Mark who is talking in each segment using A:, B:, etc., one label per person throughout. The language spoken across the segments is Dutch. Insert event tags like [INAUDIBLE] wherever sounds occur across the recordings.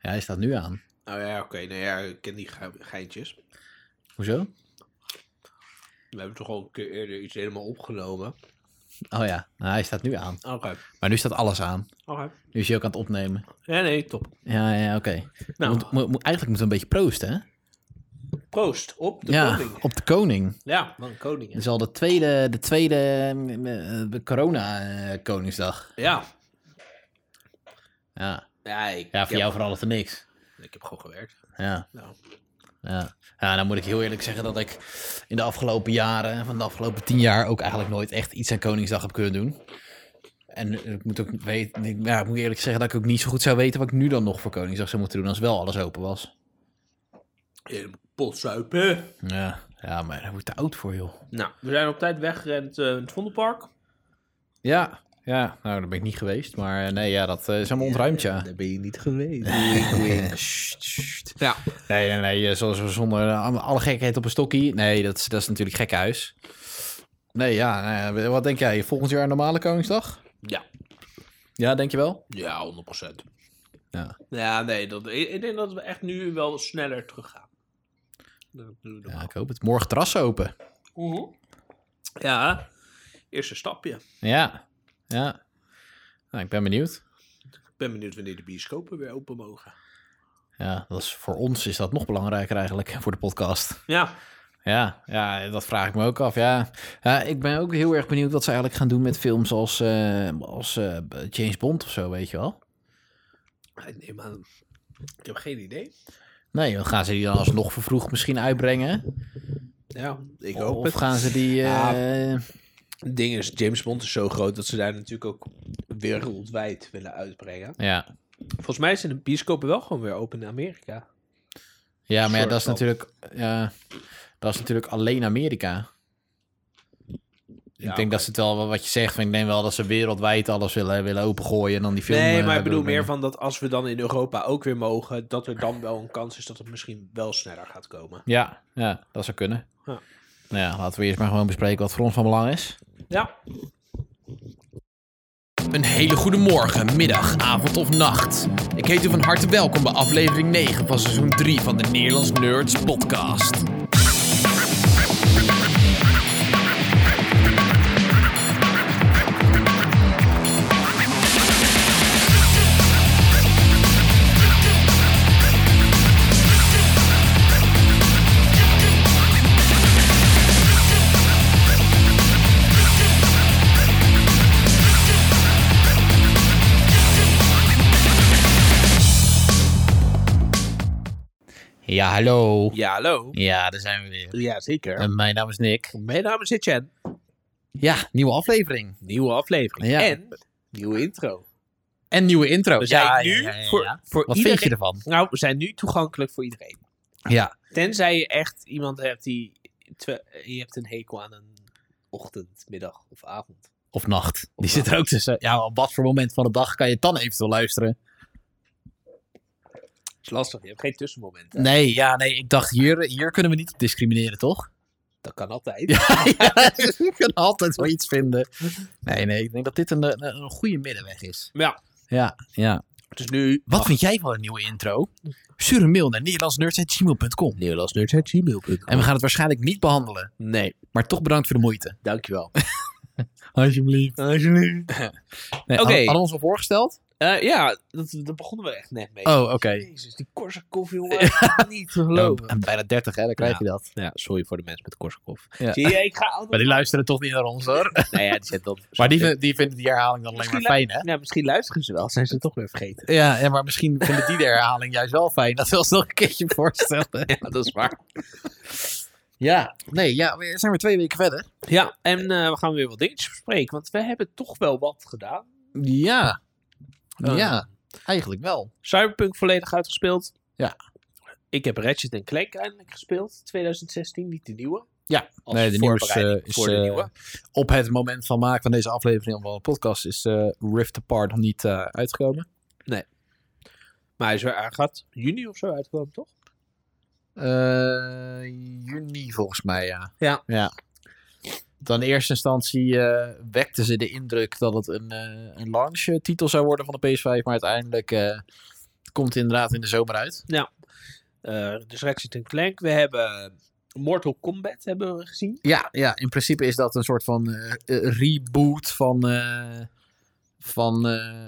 A: Ja, hij staat nu aan.
B: Nou ja, oké. nou ja, ik ken die ge- geintjes.
A: Hoezo?
B: We hebben toch al een keer eerder iets helemaal opgenomen.
A: Oh ja, nou, hij staat nu aan.
B: Oké.
A: Maar nu staat alles aan.
B: Oké.
A: Nu is hij ook aan het opnemen.
B: Ja, nee, top.
A: Ja, ja, oké.
B: Nou.
A: Moet- moet- moet- eigenlijk moeten we een beetje proosten, hè?
B: Proost op de
A: ja,
B: koning.
A: op de koning.
B: Ja, man, koning.
A: Het
B: hè.
A: is al de tweede, de tweede eh, eh, corona-koningsdag.
B: Ja.
A: Ja.
B: Ja, ik,
A: ja,
B: ik
A: voor
B: heb,
A: jou vooral of niks.
B: ik heb gewoon gewerkt.
A: Ja.
B: Nou.
A: Ja. ja, dan moet ik heel eerlijk zeggen dat ik in de afgelopen jaren, van de afgelopen tien jaar, ook eigenlijk nooit echt iets aan Koningsdag heb kunnen doen. En ik moet ook weten, ja, ik moet eerlijk zeggen dat ik ook niet zo goed zou weten wat ik nu dan nog voor Koningsdag zou moeten doen als wel alles open was.
B: In potzuipen.
A: Ja, ja maar daar word ik te oud voor, joh.
B: Nou, we zijn op tijd weggerend eh, in het Vondelpark.
A: Ja, ja, nou, daar ben ik niet geweest, maar eh, nee, ja, dat eh, is helemaal ontruimd, ja.
B: Daar ben je niet
A: [LAUGHS]
B: geweest.
A: Eh, Sst, sst.
B: ja.
A: Nee, nee, nee, eh, zoals we zonder eh, alle gekheid op een stokkie. Nee, dat is, dat is natuurlijk gek huis. Nee, ja, eh, wat denk jij? Volgend jaar een normale Koningsdag?
B: Ja.
A: Ja, denk je wel?
B: Ja, 100%.
A: Ja.
B: Ja, nee, dat, ik, ik denk dat we echt nu wel sneller teruggaan. Dat doen we normaal.
A: Ja, ik hoop het. Morgen terras open.
B: Mhm. Ja, eerste stapje.
A: Ja, ja. Nou, ik ben benieuwd.
B: Ik ben benieuwd wanneer de bioscopen weer open mogen.
A: Ja, dat is, voor ons is dat nog belangrijker eigenlijk, voor de podcast.
B: Ja,
A: Ja, ja, dat vraag ik me ook af. Ja. Ja, ik ben ook heel erg benieuwd wat ze eigenlijk gaan doen met films als, eh, als eh, James Bond of zo, weet je wel.
B: Ah, ik neem aan. Ik heb geen idee.
A: Nee, dan gaan ze die dan alsnog vervroegd misschien uitbrengen?
B: Ja, ik hoop
A: Of
B: het.
A: gaan ze die... eh,
B: Het ding is, James Bond is zo groot dat ze daar natuurlijk ook wereldwijd willen uitbrengen.
A: ja.
B: Volgens mij zijn de bioscopen wel gewoon weer open in Amerika.
A: Ja, maar ja,
B: soort
A: dat is
B: van.
A: natuurlijk. ja, dat is natuurlijk alleen Amerika. ik denk
B: oké.
A: dat ze het wel wat je zegt. van Ik denk wel dat ze wereldwijd alles willen, willen opengooien en dan die film.
B: nee,
A: eh,
B: maar ik bedoel
A: doorbrengen.
B: meer van dat als we dan in Europa ook weer mogen, dat er dan wel een kans is dat het misschien wel sneller gaat komen.
A: Ja, ja, dat zou kunnen.
B: Ja.
A: Nou ja, laten we eerst maar gewoon bespreken wat voor ons van belang is.
B: Ja,
A: Een hele goede morgen, middag, avond of nacht. Ik heet u van harte welkom bij aflevering 9 van seizoen 3 van de Nederlands Nerds podcast. Ja, hallo.
B: ja hallo.
A: Ja, daar zijn we weer.
B: Ja, zeker.
A: En mijn naam is Nick.
B: Mijn naam is Etienne.
A: Ja, nieuwe aflevering.
B: Nieuwe aflevering.
A: Ja.
B: En nieuwe intro.
A: En nieuwe intro.
B: We zijn
A: Ja,
B: nu
A: Dus ja, ja, ja,
B: voor,
A: ja.
B: voor
A: Wat
B: iedereen.
A: vind je ervan?
B: Nou, we zijn nu toegankelijk voor iedereen.
A: Ja.
B: Tenzij je echt iemand hebt die. twe- je hebt een hekel aan een ochtend, middag of avond.
A: Of nacht. Die
B: Of
A: zit er ook tussen. Ja, op wat voor moment van de dag kan je het dan eventueel luisteren?
B: Dat is lastig, je hebt geen tussenmomenten.
A: Nee, ja, nee. Ik dacht, hier, hier kunnen we niet op discrimineren, toch? [LAUGHS]
B: Dat kan altijd.
A: ja, we kunnen altijd wel iets vinden. Nee, nee. Ik denk dat dit een, een, een goede middenweg is.
B: Ja.
A: Ja, ja.
B: Dus nu.
A: Wat vind jij van een nieuwe intro? Stuur een mail naar nederlandsnerds.gmail.com En we gaan het waarschijnlijk niet behandelen.
B: Nee,
A: Maar toch bedankt voor de moeite.
B: dankjewel.
A: Alsjeblieft.
B: Alsjeblieft.
A: [LAUGHS] Nee,
B: Oké.
A: hadden- Hadden we ons al voorgesteld?
B: Eh, ja, dat, daar begonnen we echt net mee.
A: Oh, oké.
B: Jezus, die Korsakoff,
A: [LAUGHS]
B: jongen. niet te geloven.
A: En bijna 30, hè? Dan krijg
B: Ja.
A: je dat.
B: Ja, sorry voor de mensen met Korsakoff.
A: Ja.
B: Zie je, ik ga altijd...
A: Maar die luisteren toch niet naar ons, [LAUGHS] hoor.
B: Nou ja, die zet dan...
A: Maar die, vin- die vinden die herhaling dan alleen maar
B: Misschien
A: fijn, hè?
B: Ja, misschien luisteren ze wel, zijn ze toch weer vergeten.
A: Ja, ja, maar misschien vinden die de herhaling juist wel fijn. Dat wil ze nog een keertje [LAUGHS] voorstellen.
B: Ja, dat is waar.
A: Ja, nee, ja, we zijn weer twee weken verder.
B: Ja, en eh, we gaan weer wat dingetjes bespreken, want we hebben toch wel wat gedaan.
A: Ja,
B: Eh,
A: ja, eigenlijk wel.
B: Cyberpunk volledig uitgespeeld.
A: Ja.
B: Ik heb Ratchet en Clank eindelijk gespeeld, 2016, niet de nieuwe.
A: Ja,
B: Als voorbereiding voor de nieuwe.
A: op het moment van maken van deze aflevering van de podcast is eh, Rift Apart nog niet eh, uitgekomen.
B: Maar hij, is, wel- hij gaat juni of zo uitkomen, toch?
A: Eh, juni volgens mij, ja.
B: Ja.
A: ja. Dan in eerste instantie eh, wekten ze de indruk dat het een, eh, een launch-titel zou worden van de PS5, maar uiteindelijk eh, komt inderdaad in de zomer uit.
B: Eh, dus Ratchet en Clank. We hebben Mortal Kombat hebben we gezien.
A: Ja, ja, in principe is dat een soort van eh, eh, reboot van, eh, van, eh,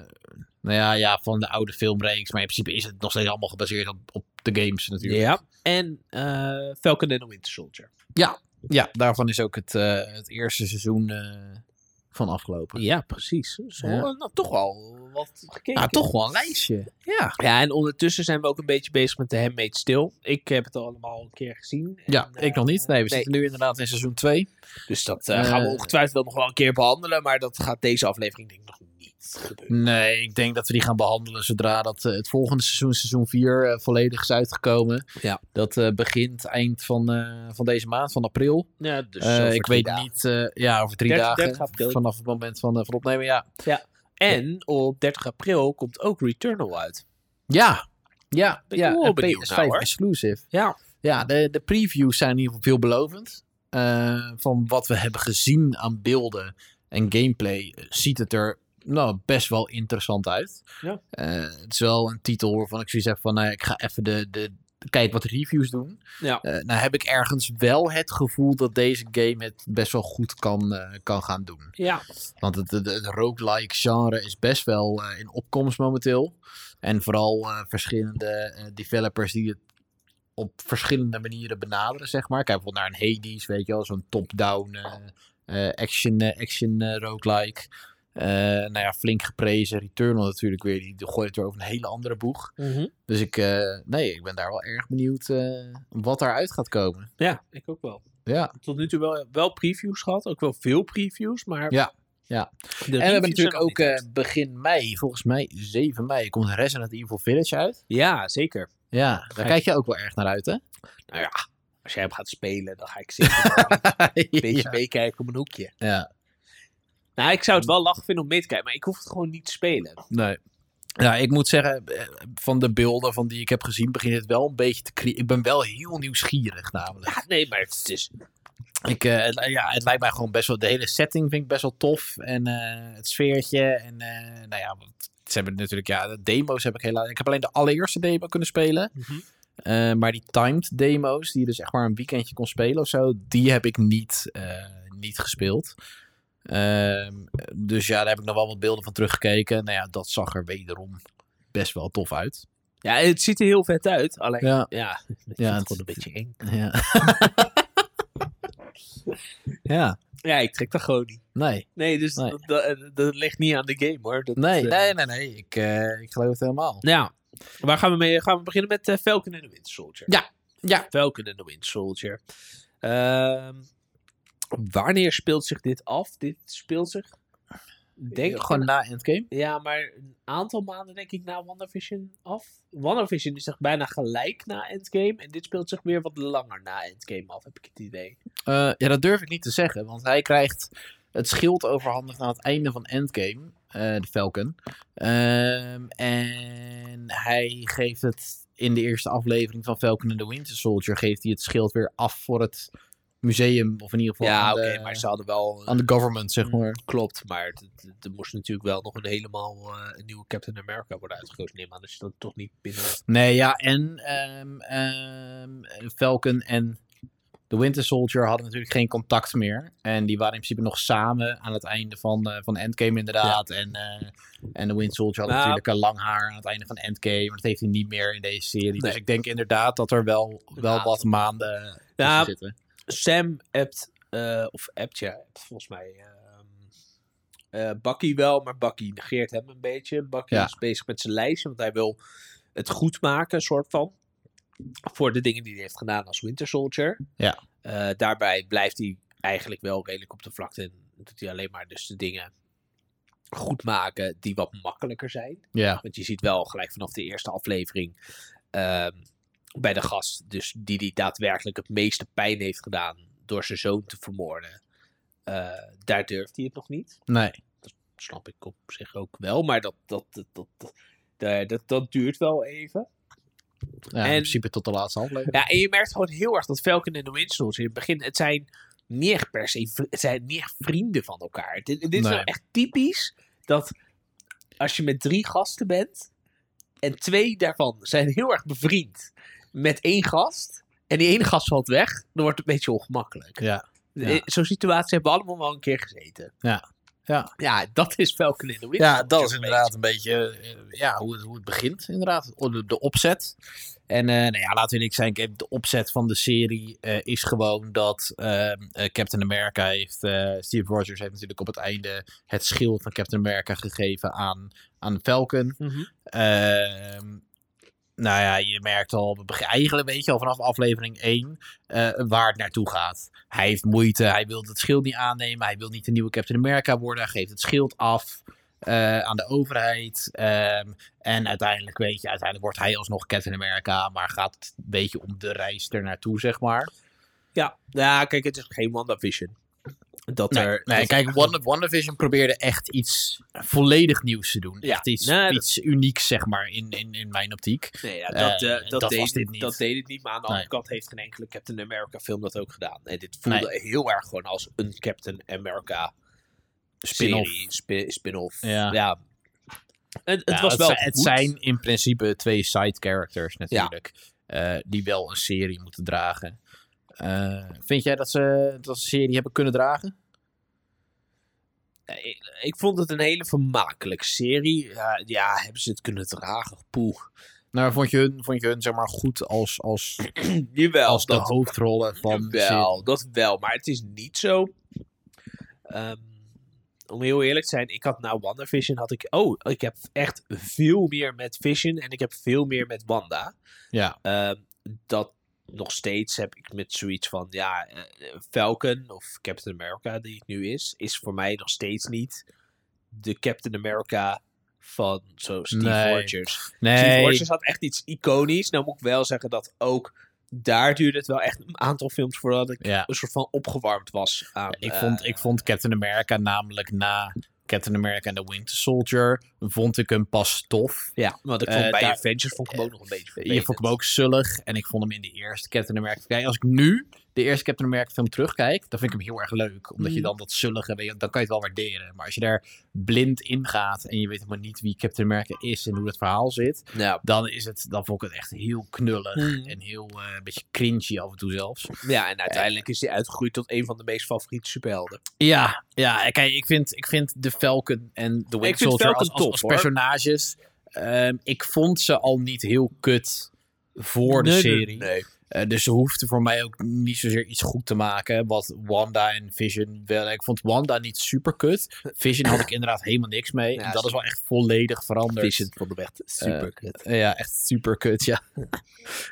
A: nou ja, ja, van de oude filmreeks. Maar in principe is het nog steeds allemaal gebaseerd op, op de games natuurlijk.
B: Ja. En eh, Falcon and the Winter Soldier.
A: Ja, daarvan is ook het, eh, het eerste seizoen eh, van afgelopen.
B: Ja, Nou, precies. Zo,
A: Ja.
B: nou, toch al wat gekeken.
A: Ah, toch wel een lijstje. Ja.
B: Ja, en ondertussen zijn we ook een beetje bezig met de Handmaid's Tale. Ik heb het allemaal een keer gezien. En,
A: Ja,
B: eh,
A: ik nog niet. Nee, we zitten nu inderdaad in seizoen 2.
B: Dus dat eh, gaan we
A: Eh,
B: ongetwijfeld wel nog wel een keer behandelen. Maar dat gaat deze aflevering denk ik nog niet gebeuren.
A: Nee, ik denk dat we die gaan behandelen zodra dat, eh, het volgende seizoen, seizoen 4, volledig is uitgekomen.
B: Ja.
A: Dat eh, begint eind van, eh, van deze maand, van april.
B: Ja, dus
A: Eh,
B: over
A: ik
B: drie
A: weet
B: dagen.
A: niet, eh, ja, over drie
B: 30
A: dagen.
B: 30 april.
A: Vanaf het moment van, eh, van opnemen, ja.
B: En op 30 april komt ook Returnal uit.
A: Ja, ja,
B: Ben ik
A: ja.
B: wel
A: een
B: benieuwd
A: PS5
B: nou, hoor.
A: exclusive.
B: Ja.
A: Ja, de, de previews zijn in ieder geval veelbelovend. Eh, van wat we hebben gezien aan beelden en gameplay eh, ziet het er nou, best wel interessant uit.
B: Ja.
A: Eh, het is wel een titel waarvan ik zoiets heb van, nou ja, ik ga even de, de, kijk wat reviews doen.
B: Ja.
A: Eh, nou heb ik ergens wel het gevoel dat deze game het best wel goed kan, eh, kan gaan doen.
B: Ja.
A: Want het, het, het roguelike genre is best wel eh, in opkomst momenteel. En vooral eh, verschillende eh, developers die het op verschillende manieren benaderen, zeg maar. Kijk bijvoorbeeld naar een Hades, weet je wel. Zo'n top-down eh, eh, action, eh, action eh, roguelike. Eh, nou ja, flink geprezen. Returnal natuurlijk weer. Die gooit het weer over een hele andere boeg. Dus ik, eh, nee, ik ben daar wel erg benieuwd eh, wat daaruit gaat komen.
B: ja, ik ook wel.
A: Ja.
B: Tot nu toe wel, wel previews gehad. Ook wel veel previews. Maar
A: Ja, ja.
B: De
A: En we
B: reviews
A: hebben natuurlijk
B: zijn nog
A: ook
B: niet
A: eh,
B: uit.
A: begin mei, volgens mij 7 mei, komt Resident Evil Village uit.
B: Ja, zeker.
A: Ja, daar
B: ik-
A: kijk je ook wel erg naar uit, hè?
B: Als jij hem gaat spelen, dan ga ik zeker wel een beetje
A: [LAUGHS] ja.
B: meekijken op een hoekje.
A: ja,
B: Nou, ik zou het wel lachen vinden om mee te kijken, maar ik hoef het gewoon niet te spelen. Ah,
A: nee. Ja, ik moet zeggen, eh, van de beelden van die ik heb gezien, begint het wel een beetje te krie- Ik ben wel heel nieuwsgierig, namelijk.
B: Ja, nee, maar het is...
A: Ik, eh, het, li- ja, het lijkt mij gewoon best wel... De hele setting vind ik best wel tof. En eh, het sfeertje. En eh, nou ja, want ze hebben natuurlijk... Ja, de demo's heb ik helaas... Ik heb alleen de allereerste demo kunnen spelen. Eh, maar die timed demo's, die je dus echt maar een weekendje kon spelen of zo, die heb ik niet, eh, niet gespeeld. Ehm, dus ja, daar heb ik nog wel wat beelden van teruggekeken. Nou ja, dat zag er wederom best wel tof uit.
B: Ja, het ziet er heel vet uit. Alleen,
A: Ja,
B: [LAUGHS] ja, het is
A: Ja, het-
B: gewoon een beetje eng.
A: ja. [LAUGHS] ja,
B: Ja, ik trek dat gewoon niet.
A: nee.
B: Nee, dus
A: Nee.
B: Dat, dat, dat ligt niet aan de game, hoor. Dat,
A: Nee, nee,
B: eh,
A: nee, nee. Ik, eh, ik geloof het helemaal.
B: Nou, waar gaan we mee? Gaan we beginnen met eh, Falcon and the Winter Soldier?
A: Ja, ja.
B: Falcon and the Winter Soldier. Ehm, wanneer speelt zich dit af? Dit speelt zich... Denk ik
A: Gewoon na Endgame.
B: Ja, maar een aantal maanden denk ik na WandaVision af. WandaVision is echt bijna gelijk na Endgame. En dit speelt zich weer wat langer na Endgame af, heb ik het idee.
A: Eh, ja, dat durf ik niet te zeggen, want hij krijgt het schild overhandigd aan het einde van Endgame, eh, de Falcon. Ehm, en hij geeft het in de eerste aflevering van Falcon and the Winter Soldier, geeft hij het schild weer af voor het museum, of in ieder geval aan, de,
B: eh, hadden wel...
A: aan de government, zeg
B: Mm,
A: maar.
B: Klopt, maar het- het- het- er moest natuurlijk wel nog een helemaal eh, een nieuwe Captain America worden uitgekozen. Neem aan dat je dat toch niet binnen...
A: Nee, ja, en ehm, ehm, Falcon en de Winter Soldier hadden natuurlijk geen contact meer. En die waren in principe nog samen aan het einde van, eh, van Endgame inderdaad. En, eh, en de Winter Soldier had
B: Nou.
A: natuurlijk een lang haar aan het einde van Endgame. Maar dat heeft hij niet meer in deze serie. Dus
B: Nee.
A: ik denk inderdaad dat er wel, wel
B: Inderdaad.
A: wat maanden tussen
B: Ja,
A: zitten.
B: Sam appt, eh, of appt ja, appt volgens mij. ehm eh, Bucky wel, maar Bucky negeert hem een beetje. Bucky
A: Ja.
B: is bezig met zijn lijstje, want hij wil het goed maken, soort van. Voor de dingen die hij heeft gedaan als Winter Soldier.
A: Ja.
B: Eh, daarbij blijft hij eigenlijk wel redelijk op de vlakte. En doet hij alleen maar dus de dingen goed maken die wat makkelijker zijn.
A: Ja,
B: Want je ziet wel gelijk vanaf de eerste aflevering ehm, bij de gast, dus die die daadwerkelijk het meeste pijn heeft gedaan door zijn zoon te vermoorden. eh, daar durft hij het nog niet.
A: nee.
B: Snap ik op zich ook wel, maar dat, dat, dat, dat, dat, daar- dat, dat duurt wel even.
A: Ja, In
B: En-
A: principe tot de laatste aflevering.
B: Ja, en je merkt gewoon heel erg dat Falcon en de Winter Soldier in het begin, het zijn niet echt per se, vri- het zijn niet echt vrienden van elkaar. Dit, dit is
A: Nee.
B: nou echt typisch dat als je met drie gasten bent En twee daarvan zijn heel erg bevriend met één gast. En die ene gast valt weg. Dan wordt het een beetje ongemakkelijk.
A: Ja, ja.
B: Eh, Zo'n situatie hebben we allemaal wel een keer gezeten.
A: Ja, ja.
B: Ja, dat is Falcon in the Winter.
A: ja, dat is inderdaad een beetje eh, ja, hoe, het, hoe het begint, inderdaad. O- De, de opzet. En eh nou ja, laten we niks zijn. Kijk, De opzet van de serie eh, is gewoon dat eh, eh, Captain America heeft. eh, Steve Rogers heeft natuurlijk op het einde het schild van Captain America gegeven aan, aan Falcon.
B: Mhm.
A: Ehm, nou ja, je merkt al, we beg- eigenlijk weet je al vanaf aflevering 1 eh, waar het naartoe gaat. Hij heeft moeite, hij wil het schild niet aannemen, hij wil niet de nieuwe Captain America worden, hij geeft het schild af eh, aan de overheid. Ehm, en uiteindelijk, weet je, uiteindelijk wordt hij alsnog Captain America, maar gaat het een beetje om de reis ernaartoe, zeg maar.
B: Ja, ja, kijk, het is geen WandaVision. Dat
A: Nee,
B: er,
A: nee,
B: dat-
A: kijk, Wanda- WandaVision probeerde echt iets volledig nieuws te doen.
B: Ja,
A: Echt iets,
B: nee, dat-
A: iets unieks, zeg maar, in, in, in mijn optiek.
B: Nee, ja,
A: Eh,
B: dat, eh, dat,
A: dat
B: deed,
A: was dit niet.
B: dat deed het niet. Maar aan de
A: Nee.
B: andere kant heeft geen enkele Captain America film dat ook gedaan. En dit voelde heel erg gewoon als een Captain America
A: Spin-off.
B: serie, spi- spin-off.
A: Ja.
B: Het, het
A: Ja,
B: was wel
A: zi- het
B: goed.
A: zijn in principe twee side characters natuurlijk. eh, die wel een serie moeten dragen. Eh, vind jij dat ze dat ze een serie hebben kunnen dragen?
B: Eh, Ik, ik vond het een hele vermakelijke serie. Ja, ja, hebben ze het kunnen dragen? Poeh.
A: Nou, vond je hun, vond je hun zeg maar goed als, als,
B: Jawel,
A: als de
B: dat
A: hoofdrollen van de serie?
B: wel, dat wel. Maar het is niet zo. Ehm, om heel eerlijk te zijn, ik had na WandaVision had ik. Oh, ik heb echt veel meer met Vision en ik heb veel meer met Wanda.
A: Ja,
B: Ehm, dat nog steeds heb ik met zoiets van. Ja, eh, Falcon of Captain America, die het nu is, is voor mij nog steeds niet de Captain America van zo Steve
A: Nee.
B: Rogers. Steve
A: nee.
B: Rogers had echt iets iconisch. Nou moet ik wel zeggen dat ook daar duurde het wel echt een aantal films voordat ik
A: Ja.
B: een soort van opgewarmd was. Aan,
A: Ik,
B: eh,
A: vond, ik vond Captain America namelijk na Captain America en The Winter Soldier, vond ik hem pas tof.
B: ja, want ik vond
A: eh,
B: bij
A: daar-
B: Avengers vond ik hem ook nog een beetje
A: Je
B: vervelend.
A: vond ik hem ook zullig en ik vond hem in de eerste Captain America. Kijk, als ik nu de eerste Captain America film terugkijk, dan vind ik hem heel erg leuk. Omdat je
B: Mm.
A: dan dat zullige, weet je, dan kan je het wel waarderen. Maar als je daar blind in gaat en je weet helemaal niet wie Captain America is en hoe dat verhaal zit,
B: Ja,
A: dan, is het, dan vond ik het echt heel knullig.
B: Mm.
A: En heel eh, een beetje cringy af en toe zelfs.
B: ja, en uiteindelijk is hij uitgegroeid tot een van de meest favoriete superhelden.
A: Ja, ja kijk, ik vind, ik vind de Falcon en de Winter
B: vind
A: Soldier
B: Falcon
A: als, als,
B: top,
A: als
B: hoor.
A: personages. ehm, ik vond ze al niet heel kut voor de
B: Nee, nee,
A: serie.
B: Nee.
A: Eh, dus ze hoefde voor mij ook niet zozeer iets goed te maken. Wat Wanda en Vision wel. Ik vond Wanda niet super kut. Vision had ik inderdaad helemaal niks mee.
B: Ja,
A: en dat
B: ze-
A: is wel echt volledig veranderd.
B: Vision vond hem echt super kut.
A: Eh, ja, echt super kut, ja. [LAUGHS]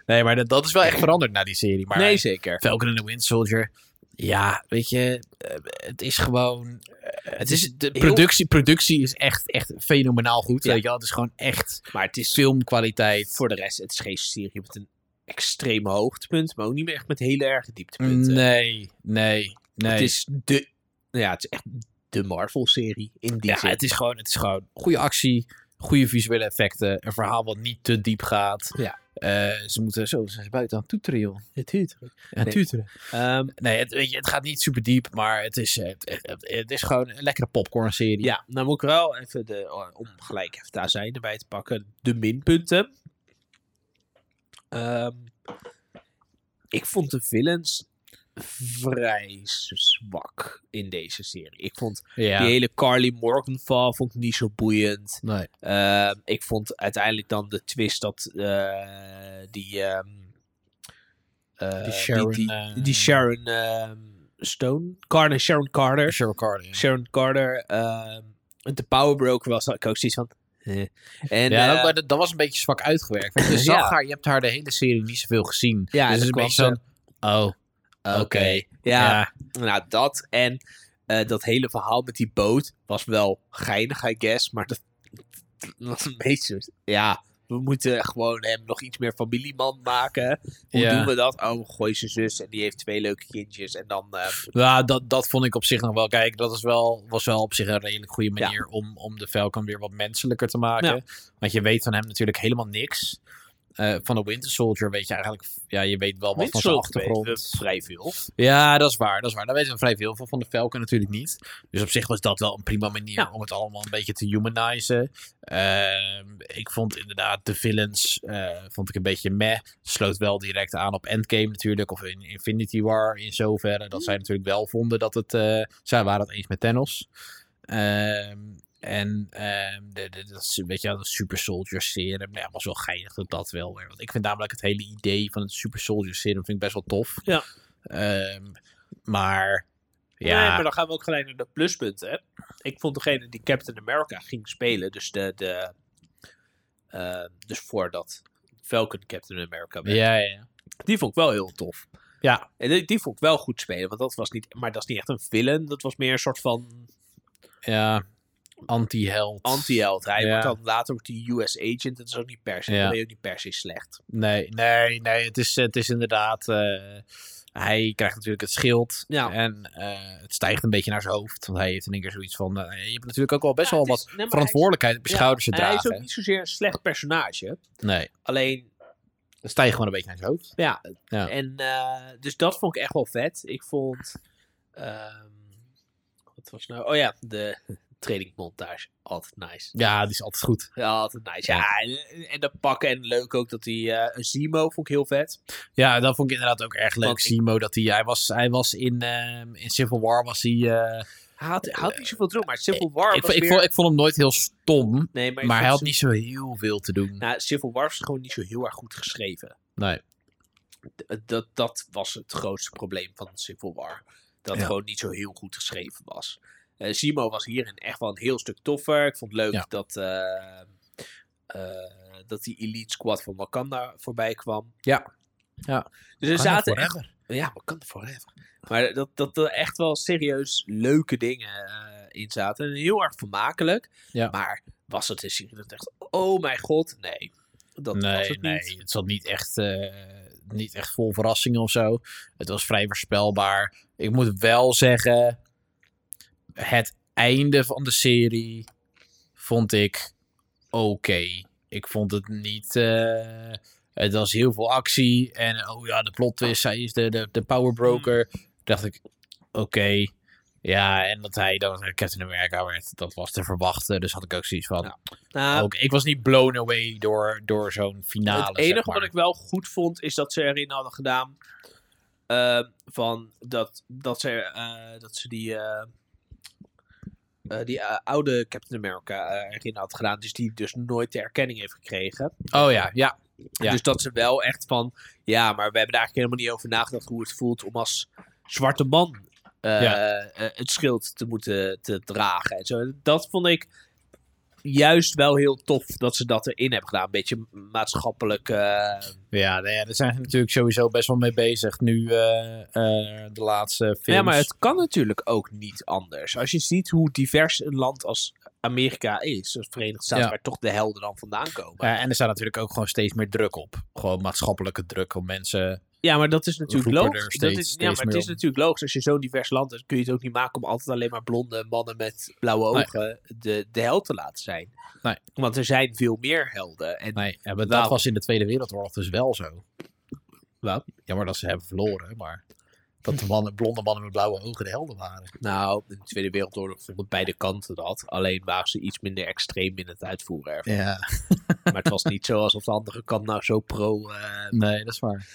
A: nee, maar dat, dat is wel echt veranderd na die serie. Maar
B: nee, zeker.
A: Falcon and the Wind Soldier. Ja, weet je, eh, het is gewoon. eh, het is, de
B: heel-
A: productie, productie is echt, echt fenomenaal goed.
B: Ja.
A: Weet je wel? Het is gewoon echt
B: Maar het is
A: filmkwaliteit.
B: voor de rest, het is geen serie met een extreem hoogtepunt, maar ook niet meer echt met hele erge dieptepunten.
A: Nee, nee, nee.
B: eh, Het is de, ja, het is echt de Marvel-serie in die
A: ja,
B: zin.
A: het is gewoon, het is gewoon goede actie, goede visuele effecten, een verhaal wat niet te diep gaat.
B: Ja.
A: Eh, ze moeten zo, ze zijn ze buiten aan het toeteren, joh.
B: Het is
A: Aan
B: Nee.
A: toeteren.
B: Ehm,
A: Nee, het, weet je, het gaat niet super diep, maar het is, eh, het, het- het is gewoon een lekkere popcorn-serie.
B: ja, nou moet ik wel even de, oh, om gelijk even daar zijn erbij te pakken, de minpunten. Ehm, ik vond de villains vrij zwak in deze serie. Ik vond
A: Ja.
B: die hele Carly Morgan-val vond ik niet zo boeiend.
A: Nee.
B: Ehm, ik vond uiteindelijk dan de twist dat eh, die, ehm, eh,
A: Die Sharon,
B: die,
A: eh,
B: die Sharon ehm, Stone, Carter, Sharon Carter,
A: Sharon Carter. ja.
B: Sharon Carter ehm, de power broker was, had ik ook zoiets van. eh. En,
A: ja,
B: eh,
A: dat- maar dat, dat was een beetje zwak uitgewerkt.
B: [LAUGHS]
A: Want je zag
B: Ja.
A: haar, je hebt haar de hele serie niet zoveel gezien.
B: ja,
A: dus
B: en
A: het is een
B: dan
A: beetje
B: kwam
A: zo'n, oh, oké.
B: ze- Ja, nou dat en eh, dat hele verhaal met die boot was wel geinig, I guess, maar dat, dat was een beetje, ja, we moeten gewoon hem nog iets meer familieman maken. Hoe
A: Ja.
B: doen we dat? Oh, gooi zijn zus en die heeft twee leuke kindjes en dan eh,
A: Ja, dat, dat vond ik op zich nog wel. Kijk, dat is wel, was wel op zich een redelijk goede
B: Ja.
A: manier om, om de Falcon weer wat menselijker te maken.
B: Ja.
A: Want je weet van hem natuurlijk helemaal niks. eh, van de Winter Soldier weet je eigenlijk... Ja, je weet wel wat van
B: Winter
A: zijn
B: Soldier weten
A: achtergrond.
B: we vrij veel.
A: Ja, dat is waar. Dat is waar. Daar weten we vrij veel van. Van de Falcon natuurlijk niet. Dus op zich was dat wel een prima manier
B: Ja.
A: om het allemaal een beetje te humanizen. Ehm, ik vond inderdaad de villains eh, vond ik een beetje meh. Sloot wel direct aan op Endgame natuurlijk. Of in Infinity War in zoverre. Dat
B: Mm.
A: zij natuurlijk wel vonden dat het... eh, zij waren het eens met Thanos. Ehm, en ehm, de, de- dat is, weet je, wel, dat Super Soldier Serum. Nou ja, was wel geinig dat dat wel weer. Want ik vind namelijk het hele idee van het Super Soldier Serum vind ik best wel tof.
B: Ja.
A: Ehm, maar ja,
B: Nee, maar dan gaan we ook gelijk naar de pluspunten. hè. Ik vond degene die Captain America ging spelen, dus, de, de, eh, dus voordat Falcon Captain America werd,
A: ja, ja, ja.
B: die vond ik wel heel tof.
A: Ja.
B: En die, die vond ik wel goed spelen, want dat was niet, maar dat is niet echt een villain, dat was meer een soort van
A: ja. Anti-held.
B: anti-held. Hij
A: Ja.
B: wordt dan later ook die US agent, dat is ook niet per se,
A: Ja.
B: dat ben je ook niet per se slecht.
A: Nee, nee, nee. Het is, het is inderdaad. eh, hij krijgt natuurlijk het schild.
B: Ja.
A: En eh, het stijgt een beetje naar zijn hoofd. Want hij heeft in één keer zoiets van. eh, je hebt natuurlijk ook wel best
B: Ja,
A: wel
B: het
A: wat
B: is- nee, maar
A: verantwoordelijkheid op je
B: hij is-
A: schouders te
B: hij is- Hij is
A: dragen.
B: ook niet zozeer een slecht personage,
A: Nee,
B: alleen
A: het stijgt gewoon een beetje naar zijn hoofd.
B: Ja,
A: Ja.
B: en eh, dus dat vond ik echt wel vet. Ik vond. ehm, wat was nou? Oh ja, de trainingmontage. Altijd nice.
A: Ja, die is altijd goed.
B: Ja, altijd nice. Ja, en, en dat pakken en leuk ook dat hij. eh, een Zemo vond ik heel vet.
A: Ja, dat vond ik inderdaad ook erg leuk.
B: Want ik-
A: Simo, dat hij. Hij was, hij was in, ehm, in Civil War. Was hij, eh,
B: Hij had, hij had niet zoveel druk, maar Civil War.
A: ik,
B: was
A: vond- ik,
B: weer-
A: vond, ik vond hem nooit heel stom.
B: nee, maar, ik
A: Maar hij
B: vond
A: had niet zo heel veel te doen.
B: Nou, Civil War was gewoon niet zo heel erg goed geschreven.
A: Nee.
B: D- Dat, dat was het grootste probleem van Civil War. Dat het
A: Ja.
B: gewoon niet zo heel goed geschreven was. Eh Simo was hierin echt wel een heel stuk toffer. Ik vond het leuk
A: Ja.
B: dat, eh, eh, dat die Elite Squad van Wakanda voorbij kwam.
A: Ja. Ja.
B: Dus er
A: Wakanda
B: zaten echt...
A: forever.
B: Ja, Wakanda forever. Maar dat, dat er echt wel serieus leuke dingen eh, in zaten. En heel erg vermakelijk.
A: Ja.
B: Maar was het een serie dat echt... Oh mijn god, nee. Dat was
A: nee,
B: het
A: nee,
B: niet.
A: het zat niet echt, eh, niet echt vol verrassingen of zo. Het was vrij voorspelbaar. Ik moet wel zeggen, het einde van de serie vond ik oké. Ik vond het niet. eh, het was heel veel actie en oh ja, de plot twist, zij is de, de, de power broker.
B: Hmm.
A: Dacht ik, oké. Ja, en dat hij dan Captain America werd, dat was te verwachten. Dus had ik ook zoiets van,
B: Ja. Nou,
A: ook, ik was niet blown away door, door zo'n finale.
B: Het enige
A: zeg maar.
B: wat ik wel goed vond, is dat ze erin hadden gedaan. ehm, van dat, dat, ze, eh, dat ze die, eh, eh, die eh, oude Captain America eh, erin had gedaan. Dus die dus nooit de erkenning heeft gekregen.
A: Oh ja, ja. Ja.
B: Dus dat ze wel echt van. Ja, maar we hebben er eigenlijk helemaal niet over nagedacht hoe het voelt om als zwarte man eh, eh, het schild te moeten te dragen. En zo. Dat vond ik juist wel heel tof dat ze dat erin hebben gedaan. Een beetje maatschappelijk. eh,
A: Ja, nou ja, daar zijn ze natuurlijk sowieso best wel mee bezig nu eh, eh, de laatste films.
B: Nou Ja, maar het kan natuurlijk ook niet anders. Als je ziet hoe divers een land als Amerika is, als Verenigde Staten,
A: Ja.
B: waar toch de helden dan vandaan komen.
A: Ja, Eh, en er staat natuurlijk ook gewoon steeds meer druk op. Gewoon maatschappelijke druk om mensen...
B: Ja, maar dat is natuurlijk
A: roepen
B: logisch.
A: er
B: Dat
A: steeds-
B: is, ja,
A: steeds
B: maar het
A: meer
B: is
A: om.
B: natuurlijk logisch. Als je zo'n divers land hebt, kun je het ook niet maken om altijd alleen maar blonde mannen met blauwe
A: Nee.
B: ogen de, de held te laten zijn.
A: Nee.
B: Want er zijn veel meer helden. En
A: Nee, ja, maar dat
B: Waarom?
A: was in de Tweede Wereldoorlog dus wel zo. Nou. Wat? Jammer dat ze hebben verloren, maar... Dat de mannen, blonde mannen met blauwe ogen de helden waren.
B: nou, in de Tweede Wereldoorlog vonden beide kanten dat. Alleen waren ze iets minder extreem in het uitvoeren. ervan.
A: Ja,
B: maar het was niet zo alsof de andere kant nou zo pro, eh,
A: nee, dat is waar.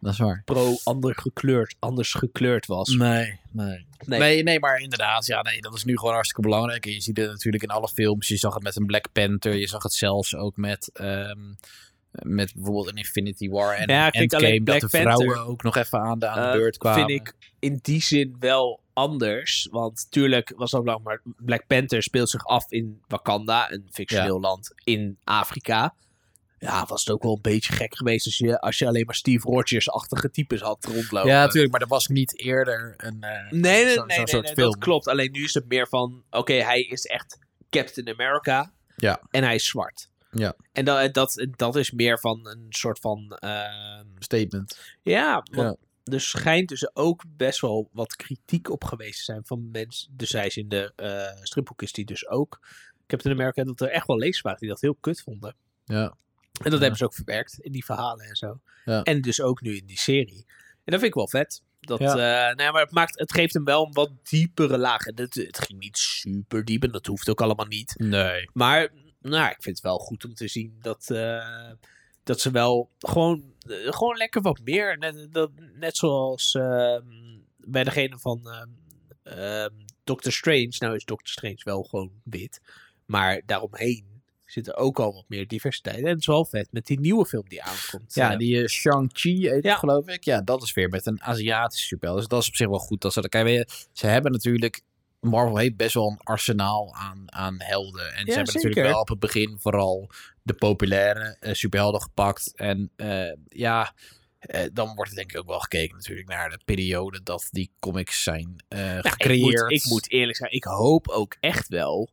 A: Dat is waar.
B: pro ander gekleurd, anders gekleurd was.
A: Nee, nee. Nee. nee, maar inderdaad. Ja, nee, dat is nu gewoon hartstikke belangrijk. En je ziet het natuurlijk in alle films. Je zag het met een Black Panther. Je zag het zelfs ook met, ehm, met bijvoorbeeld een Infinity War en
B: Ja,
A: ja,
B: kijk,
A: Endgame.
B: alleen
A: Dat
B: Black
A: de vrouwen
B: Panther,
A: ook nog even aan de, aan de
B: Eh,
A: beurt kwamen.
B: Vind ik in die zin wel anders. Want tuurlijk was dat lang, maar Black Panther speelt zich af in Wakanda, een fictioneel land in Afrika. Ja, was het ook wel een beetje gek geweest als je, als je alleen maar Steve Rogers-achtige types had rondlopen.
A: Ja, natuurlijk. Maar er was niet eerder een eh,
B: Nee, nee,
A: zo'n-
B: nee,
A: zo'n
B: nee,
A: soort
B: nee,
A: film.
B: dat klopt. Alleen nu is het meer van, oké, hij is echt Captain America.
A: Ja.
B: En hij is zwart.
A: Ja.
B: En dat, dat, dat is meer van een soort van... ehm,
A: Statement.
B: Ja,
A: Ja.
B: want er schijnt dus ook best wel wat kritiek op geweest te zijn van mensen. Dus zij is in de eh stripboek is die dus ook. Ik heb het in Amerika dat er echt wel lezers waren die dat heel kut vonden.
A: Ja.
B: En dat
A: Ja.
B: hebben ze ook verwerkt in die verhalen en zo.
A: Ja.
B: En dus ook nu in die serie. En dat vind ik wel vet. Dat, eh nou ja, maar het, maakt, het geeft hem wel een wat diepere laag. En het, het ging niet super diep en dat hoeft ook allemaal niet.
A: Nee.
B: Maar nou, ik vind het wel goed om te zien dat, eh, dat ze wel gewoon, eh, gewoon lekker wat meer. Net, dat, net zoals ehm, bij degene van ehm ehm, Doctor Strange. Nou is Doctor Strange wel gewoon wit. Maar daaromheen zit er ook al wat meer diversiteit. En het is wel vet met die nieuwe film die aankomt.
A: Ja,
B: Eh,
A: die eh, Shang-Chi heet
B: Ja.
A: het, geloof ik. Ja, dat is weer met een Aziatische superheld. Dus dat is op zich wel goed. Dat ze, dat- kijk, weet je, ze hebben natuurlijk... Marvel heeft best wel een arsenaal aan, aan helden. En ze hebben natuurlijk
B: zeker.
A: wel op het begin vooral de populaire eh, superhelden gepakt. En eh, ja, eh, dan wordt er denk ik ook wel gekeken natuurlijk naar de periode dat die comics zijn eh
B: Nou, ik,
A: gecreëerd.
B: moet, ik moet eerlijk zijn, ik hoop ook echt wel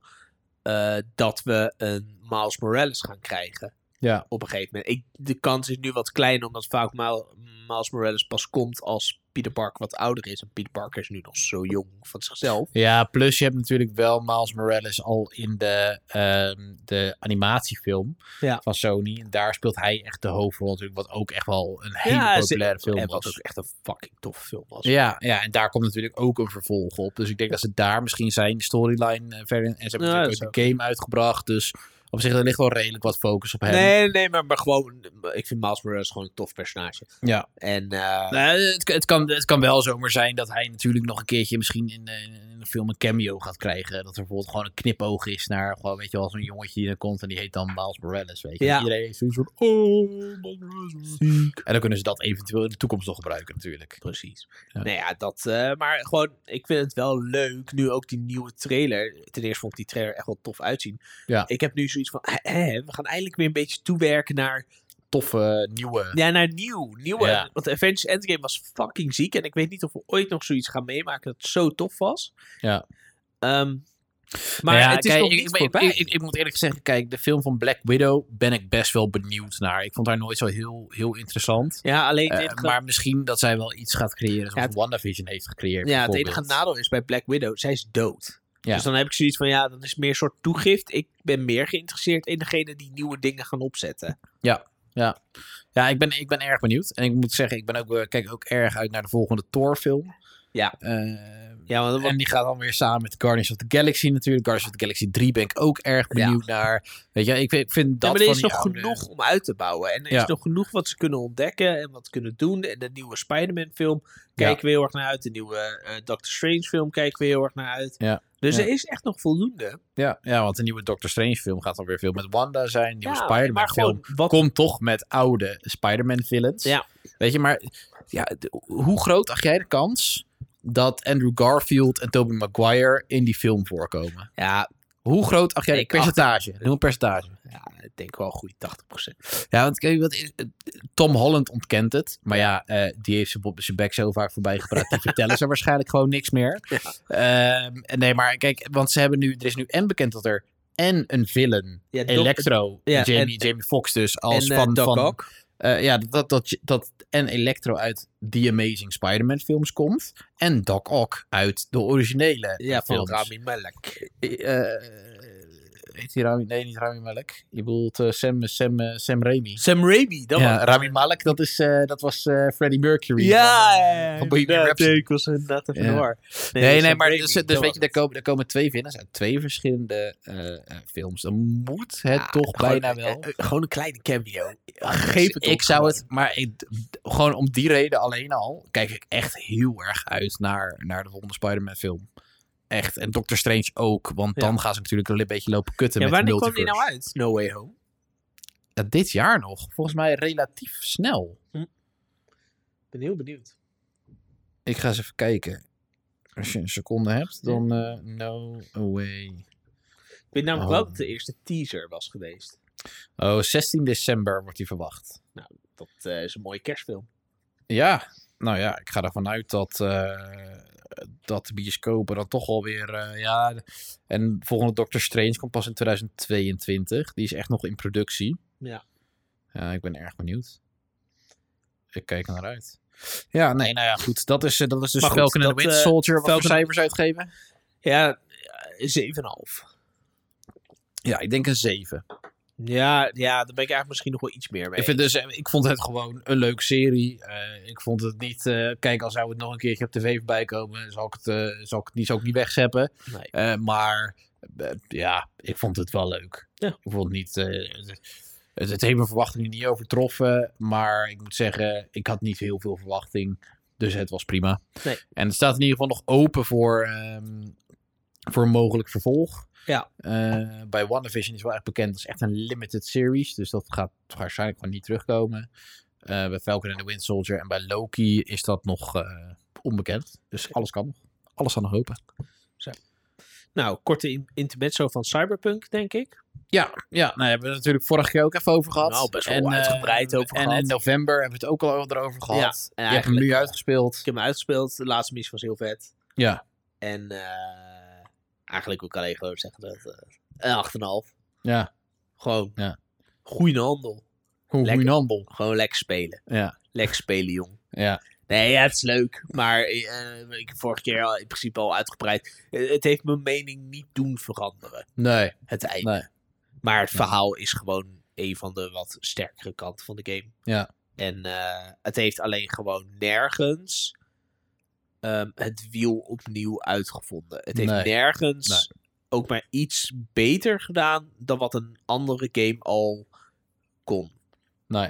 B: eh, dat we een Miles Morales gaan krijgen.
A: Ja.
B: Op een gegeven moment. Ik, de kans is nu wat klein, omdat vaak Ma- Miles Morales pas komt als Peter Parker wat ouder is. En Peter Parker is nu nog zo jong van zichzelf.
A: Ja, plus je hebt natuurlijk wel Miles Morales al in de, ehm, de animatiefilm
B: Ja.
A: van Sony. En daar speelt hij echt de hoofdrol natuurlijk, wat ook echt wel een hele
B: Ja, ze-
A: populaire film
B: en wat
A: was.
B: ook echt een fucking toffe film was.
A: Ja, ja, en daar komt natuurlijk ook een vervolg op. Dus ik denk dat ze daar misschien zijn storyline eh, verder... En ze hebben
B: Ja, dat
A: natuurlijk
B: is
A: ook de game uitgebracht, dus op zich er ligt wel redelijk wat focus op hem.
B: Nee, nee, maar, maar gewoon. Ik vind Miles Morales gewoon een tof personage.
A: Ja.
B: En eh,
A: Nou, het, het, kan, het kan wel zomaar zijn dat hij natuurlijk nog een keertje misschien in, eh, in een film een cameo gaat krijgen. Dat er bijvoorbeeld gewoon een knipoog is naar gewoon, weet je wel, zo'n jongetje die er komt en die heet dan Miles Morales, weet je.
B: Ja.
A: Iedereen heeft zoiets van, oh, Miles Morales. En dan kunnen ze dat eventueel in de toekomst nog gebruiken natuurlijk.
B: Precies.
A: Ja.
B: Nou ja, dat. eh, maar gewoon, ik vind het wel leuk. Nu ook die nieuwe trailer. Ten eerste vond ik die trailer echt wel tof uitzien.
A: Ja.
B: Ik heb nu zoiets van. hè, hè, we gaan eindelijk weer een beetje toewerken naar.
A: Toffe, eh, nieuwe...
B: Ja, naar nieuw. Nieuwe.
A: Ja.
B: Want Avengers Endgame was fucking ziek. En ik weet niet of we ooit nog zoiets gaan meemaken dat zo tof was.
A: Ja.
B: Ehm, maar
A: Nou ja,
B: het is
A: kijk,
B: nog
A: ik-
B: niet
A: ik, ik,
B: voorbij.
A: ik- ik- ik moet eerlijk zeggen, kijk, de film van Black Widow ben ik best wel benieuwd naar. Ik vond haar nooit zo heel, heel interessant.
B: ja, alleen
A: Eh,
B: dit gaat-
A: maar misschien dat zij wel iets gaat creëren zoals
B: Ja, het-
A: WandaVision heeft gecreëerd.
B: Ja, het enige
A: bijvoorbeeld.
B: nadeel is bij Black Widow, zij is dood.
A: Ja.
B: Dus dan heb ik zoiets van, ja, dat is meer een soort toegift. Ik ben meer geïnteresseerd in degene die nieuwe dingen gaan opzetten.
A: Ja, ik ben, ik ben erg benieuwd. En ik moet zeggen, ik ben ook, eh, kijk ook erg uit naar de volgende Thor-film.
B: Ja.
A: Eh,
B: Ja, want
A: en die gaat dan weer samen met Guardians of the Galaxy natuurlijk. Guardians of the Galaxy 3 ben ik ook erg benieuwd naar. Weet je, ik vind- ik vind dat
B: ja, maar er
A: van
B: is
A: die
B: nog
A: oude-
B: genoeg om uit te bouwen. En er
A: Ja.
B: is nog genoeg wat ze kunnen ontdekken en wat kunnen doen. En de nieuwe Spider-Man film kijken we heel erg naar uit. De nieuwe eh, Doctor Strange film kijken we heel erg naar uit.
A: Ja.
B: Dus
A: Ja.
B: er is echt nog voldoende.
A: Ja, ja, want de nieuwe Doctor Strange film gaat dan weer veel met Wanda zijn. Nieuwe
B: Ja,
A: Spider-Man
B: maar
A: film
B: gewoon, wat,
A: komt toch met oude Spider-Man villains.
B: Ja.
A: Weet je, maar ja, de- hoe groot acht jij de kans dat Andrew Garfield en Tobey Maguire in die film voorkomen?
B: ja,
A: Hoe groot acht jij de
B: Ik acht-
A: percentage? Noem een percentage.
B: ja, ik denk wel goed 80%.
A: Ja, want kijk, wat is, Tom Holland ontkent het. Maar ja, eh, die heeft zijn bo- zijn bek zo vaak voorbij gepraat. Die vertellen ze [LAUGHS] waarschijnlijk gewoon niks meer. Ehm, en nee, maar kijk, want ze hebben nu, er is nu en bekend dat er en een villain,
B: Ja, Doc-
A: Electro,
B: ja,
A: Jamie,
B: en-
A: Jamie Foxx dus, als
B: en, eh,
A: van...
B: Doc
A: van
B: Ock.
A: eh, ja, dat, dat, dat en Electro uit The Amazing Spider-Man films komt. En Doc Ock uit de originele
B: Ja, van
A: films.
B: Rami Malek.
A: Eh, heet die Rami? Nee, niet Rami Malek. Je bedoelt eh, Sam, Sam, eh, Sam Raimi.
B: Sam Raimi, dat
A: Ja,
B: was...
A: Rami Malek, dat, is, eh, dat was eh, Freddie Mercury.
B: Ja,
A: van, eh,
B: ja,
A: van Bohemian
B: inderdaad,
A: Rhapsody.
B: nee, ik was inderdaad even
A: Ja.
B: door.
A: Nee, nee,
B: Sam
A: maar
B: Raimi,
A: dus, dus
B: dat
A: weet je,
B: was
A: er komen, er komen twee winners uit twee verschillende eh, eh, films. Dan moet het
B: Ja,
A: toch
B: gewoon-
A: bijna wel.
B: het. Gewoon een kleine cameo. Geef het
A: Dus
B: op
A: ik zou
B: gewoon.
A: het, maar ik, d- gewoon om die reden alleen al, kijk ik echt heel erg uit naar, naar de volgende Spider-Man film. Echt. En Doctor Strange ook, want
B: Ja.
A: dan gaan ze natuurlijk een beetje lopen kutten
B: Ja,
A: met de
B: wanneer kwam die
A: multiverse.
B: nou uit? No Way Home.
A: Ja, dit jaar nog. Volgens mij relatief snel.
B: ben heel benieuwd.
A: Ik ga eens even kijken. Als je een seconde hebt, dan eh, no way.
B: Ik weet namelijk
A: Oh.
B: wel dat de eerste teaser was geweest.
A: Oh, 16 december wordt die verwacht.
B: Dat eh, is een mooie kerstfilm.
A: Ja, nou ja, ik ga ervan uit dat, eh, dat de bioscopen dan toch alweer... eh ja, de- en de volgende Doctor Strange komt pas in 2022. Die is echt nog in productie.
B: Ja.
A: Ja, ik ben erg benieuwd. Ik kijk er naar uit. Ja, nee, nou ja, goed. Dat is, eh, dat is dus
B: Maar goed,
A: Falcon and
B: dat,
A: the Winter
B: eh,
A: Soldier. Wat voor
B: Falcon-
A: cijfers uitgeven?
B: Ja, eh, 7,5.
A: Ja, ik denk een 7.
B: Ja, ja, daar ben ik eigenlijk misschien nog wel iets meer mee.
A: Ik, vind dus, eh, ik vond het gewoon een leuke serie. Eh, ik vond het niet... eh, kijk, al zou het nog een keertje op tv voorbij komen... zal ik het, eh, zal ik, die zou ik niet wegzeppen.
B: Nee.
A: Eh, maar eh, ja, ik vond het wel leuk.
B: Ja.
A: Ik vond het niet... eh, het, het heeft mijn verwachtingen niet overtroffen. Maar ik moet zeggen, ik had niet heel veel verwachting. Dus het was prima.
B: Nee.
A: En het staat in ieder geval nog open voor, ehm, voor een mogelijk vervolg.
B: Ja.
A: Eh, bij WandaVision is wel echt bekend. Dat is echt een limited series. Dus dat gaat waarschijnlijk gewoon niet terugkomen. Eh, bij Falcon and the Wind Soldier en bij Loki is dat nog eh, onbekend. Dus alles kan nog. Alles kan nog open.
B: Nou, korte in- intermezzo van Cyberpunk, denk ik.
A: Ja, ja, nou, daar hebben we het natuurlijk vorige keer ook even over gehad.
B: Nou, best wel
A: eh,
B: uitgebreid over
A: en
B: gehad.
A: in november hebben we het ook al over- erover gehad.
B: en
A: Je hebt hem
B: eigenlijk-
A: nu uitgespeeld.
B: Ik heb hem uitgespeeld. De laatste missie was heel vet.
A: Ja.
B: En eh, eigenlijk wil ik alleen gewoon zeggen dat... eh, een 8,5.
A: Ja,
B: Gewoon.
A: Ja.
B: Goeie handel.
A: hoe
B: Lekker.
A: een handel.
B: Gewoon lekker spelen.
A: Ja,
B: Lekker spelen, jong.
A: ja.
B: Nee, ja, het is leuk. Maar eh, eh, ik heb vorige keer al, in principe al uitgebreid. Eh, het heeft mijn mening niet doen veranderen.
A: Nee,
B: Het einde.
A: nee.
B: Maar het verhaal is gewoon een van de wat sterkere kanten van de game.
A: Ja.
B: En eh, het heeft alleen gewoon nergens ehm, het wiel opnieuw uitgevonden. Het heeft
A: Nee.
B: nergens
A: Nee.
B: ook maar iets beter gedaan dan wat een andere game al kon.
A: Nee.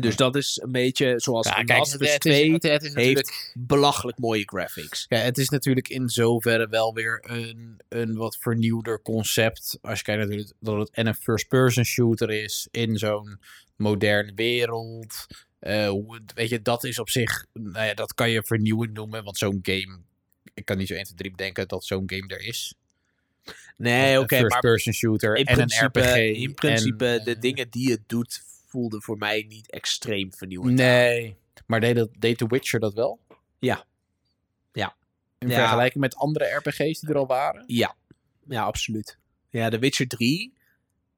B: Dus dat is een beetje zoals
A: Ja,
B: ja,
A: kijk, het, is-
B: Master
A: het is,
B: 2
A: het, het is natuurlijk,
B: heeft belachelijk mooie graphics.
A: ja, het is natuurlijk in zoverre wel weer een, een wat vernieuwder concept. Als je kijkt natuurlijk dat het en een first-person shooter is in zo'n moderne wereld. Eh, hoe het- weet je, dat is op zich, nou ja, dat kan je vernieuwend noemen, want zo'n game, ik kan niet zo 1, 2, 3 bedenken dat zo'n game er is.
B: Nee, Eh, oké,
A: een
B: maar
A: first-person shooter
B: in
A: en
B: principe,
A: een RPG.
B: in principe
A: en,
B: de
A: eh,
B: dingen die het doet voelden voor mij niet extreem vernieuwend.
A: Nee, maar deed, dat, deed The Witcher dat wel?
B: Ja. Ja.
A: In
B: Ja.
A: vergelijking met andere RPG's die er al waren?
B: Ja, ja, absoluut. Ja, The Witcher 3.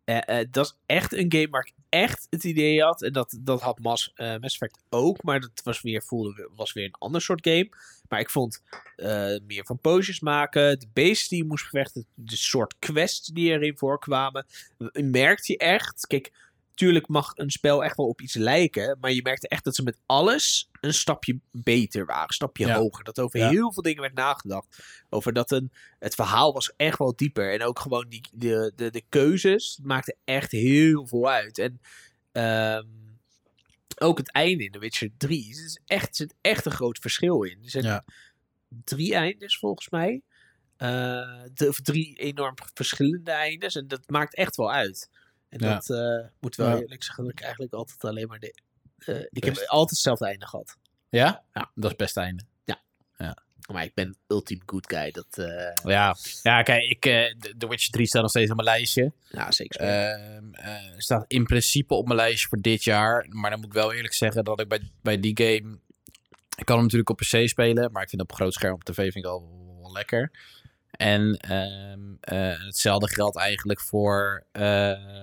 B: eh, eh, dat is echt een game waar ik echt het idee had. En dat, dat had Mas, eh, Mass Effect ook. Maar dat was weer, voelde, was weer een ander soort game. Maar ik vond eh, meer van poses maken. De beesten die je moest bevechten. De soort quests die erin voorkwamen. Je merkt je echt. Kijk, tuurlijk mag een spel echt wel op iets lijken. Maar je merkte echt dat ze met alles een stapje beter waren. Een stapje
A: Ja.
B: hoger. Dat over
A: Ja.
B: heel veel dingen werd nagedacht. Over dat een het verhaal was echt wel dieper. En ook gewoon die, de, de, de keuzes maakten echt heel veel uit. En ehm, ook het einde in The Witcher 3. Er is echt, er zit echt een groot verschil in. Er zijn
A: Ja.
B: drie eindes volgens mij. Eh, de- of drie enorm verschillende eindes. En dat maakt echt wel uit. En
A: Ja.
B: dat eh, moet wel
A: Ja.
B: eerlijk zeggen dat ik eigenlijk altijd alleen maar de... eh, ik heb
A: Best.
B: altijd hetzelfde einde gehad.
A: Ja?
B: Ja.
A: Dat is best einde.
B: Maar ik ben ultiem good guy. Dat, eh
A: Ja, ja kijk, ik, eh, The- The Witcher 3 staat nog steeds op mijn lijstje.
B: ja, nou, zeker.
A: Ehm, eh, staat in principe op mijn lijstje voor dit jaar. Maar dan moet ik wel eerlijk zeggen dat ik bij, bij die game... Ik kan hem natuurlijk op PC spelen, maar ik vind hem op groot scherm op tv vind ik al wel lekker. En ehm, eh, hetzelfde geldt eigenlijk voor... eh,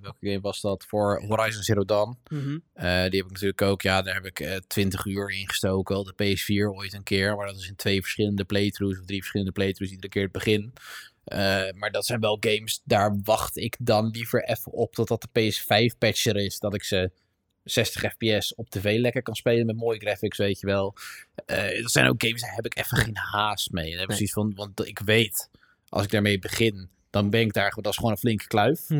A: welke game was dat? Voor Horizon Zero Dawn.
B: Mhm.
A: Eh, die heb ik natuurlijk ook, ja, daar heb ik eh 20 uur in gestoken. Op de PS4 ooit een keer. Maar dat is in twee verschillende playthroughs of drie verschillende playthroughs iedere keer het begin. Eh, maar dat zijn wel games, daar wacht ik dan liever even op totdat de PS5-patch er is. Dat ik ze 60 fps op tv lekker kan spelen met mooie graphics, weet je wel. Eh dat zijn ook games, daar heb ik even geen haast mee. Daar heb ik
B: Nee.
A: zoiets van, want ik weet, als ik daarmee begin, dan ben ik daar, dat is gewoon een flinke kluif.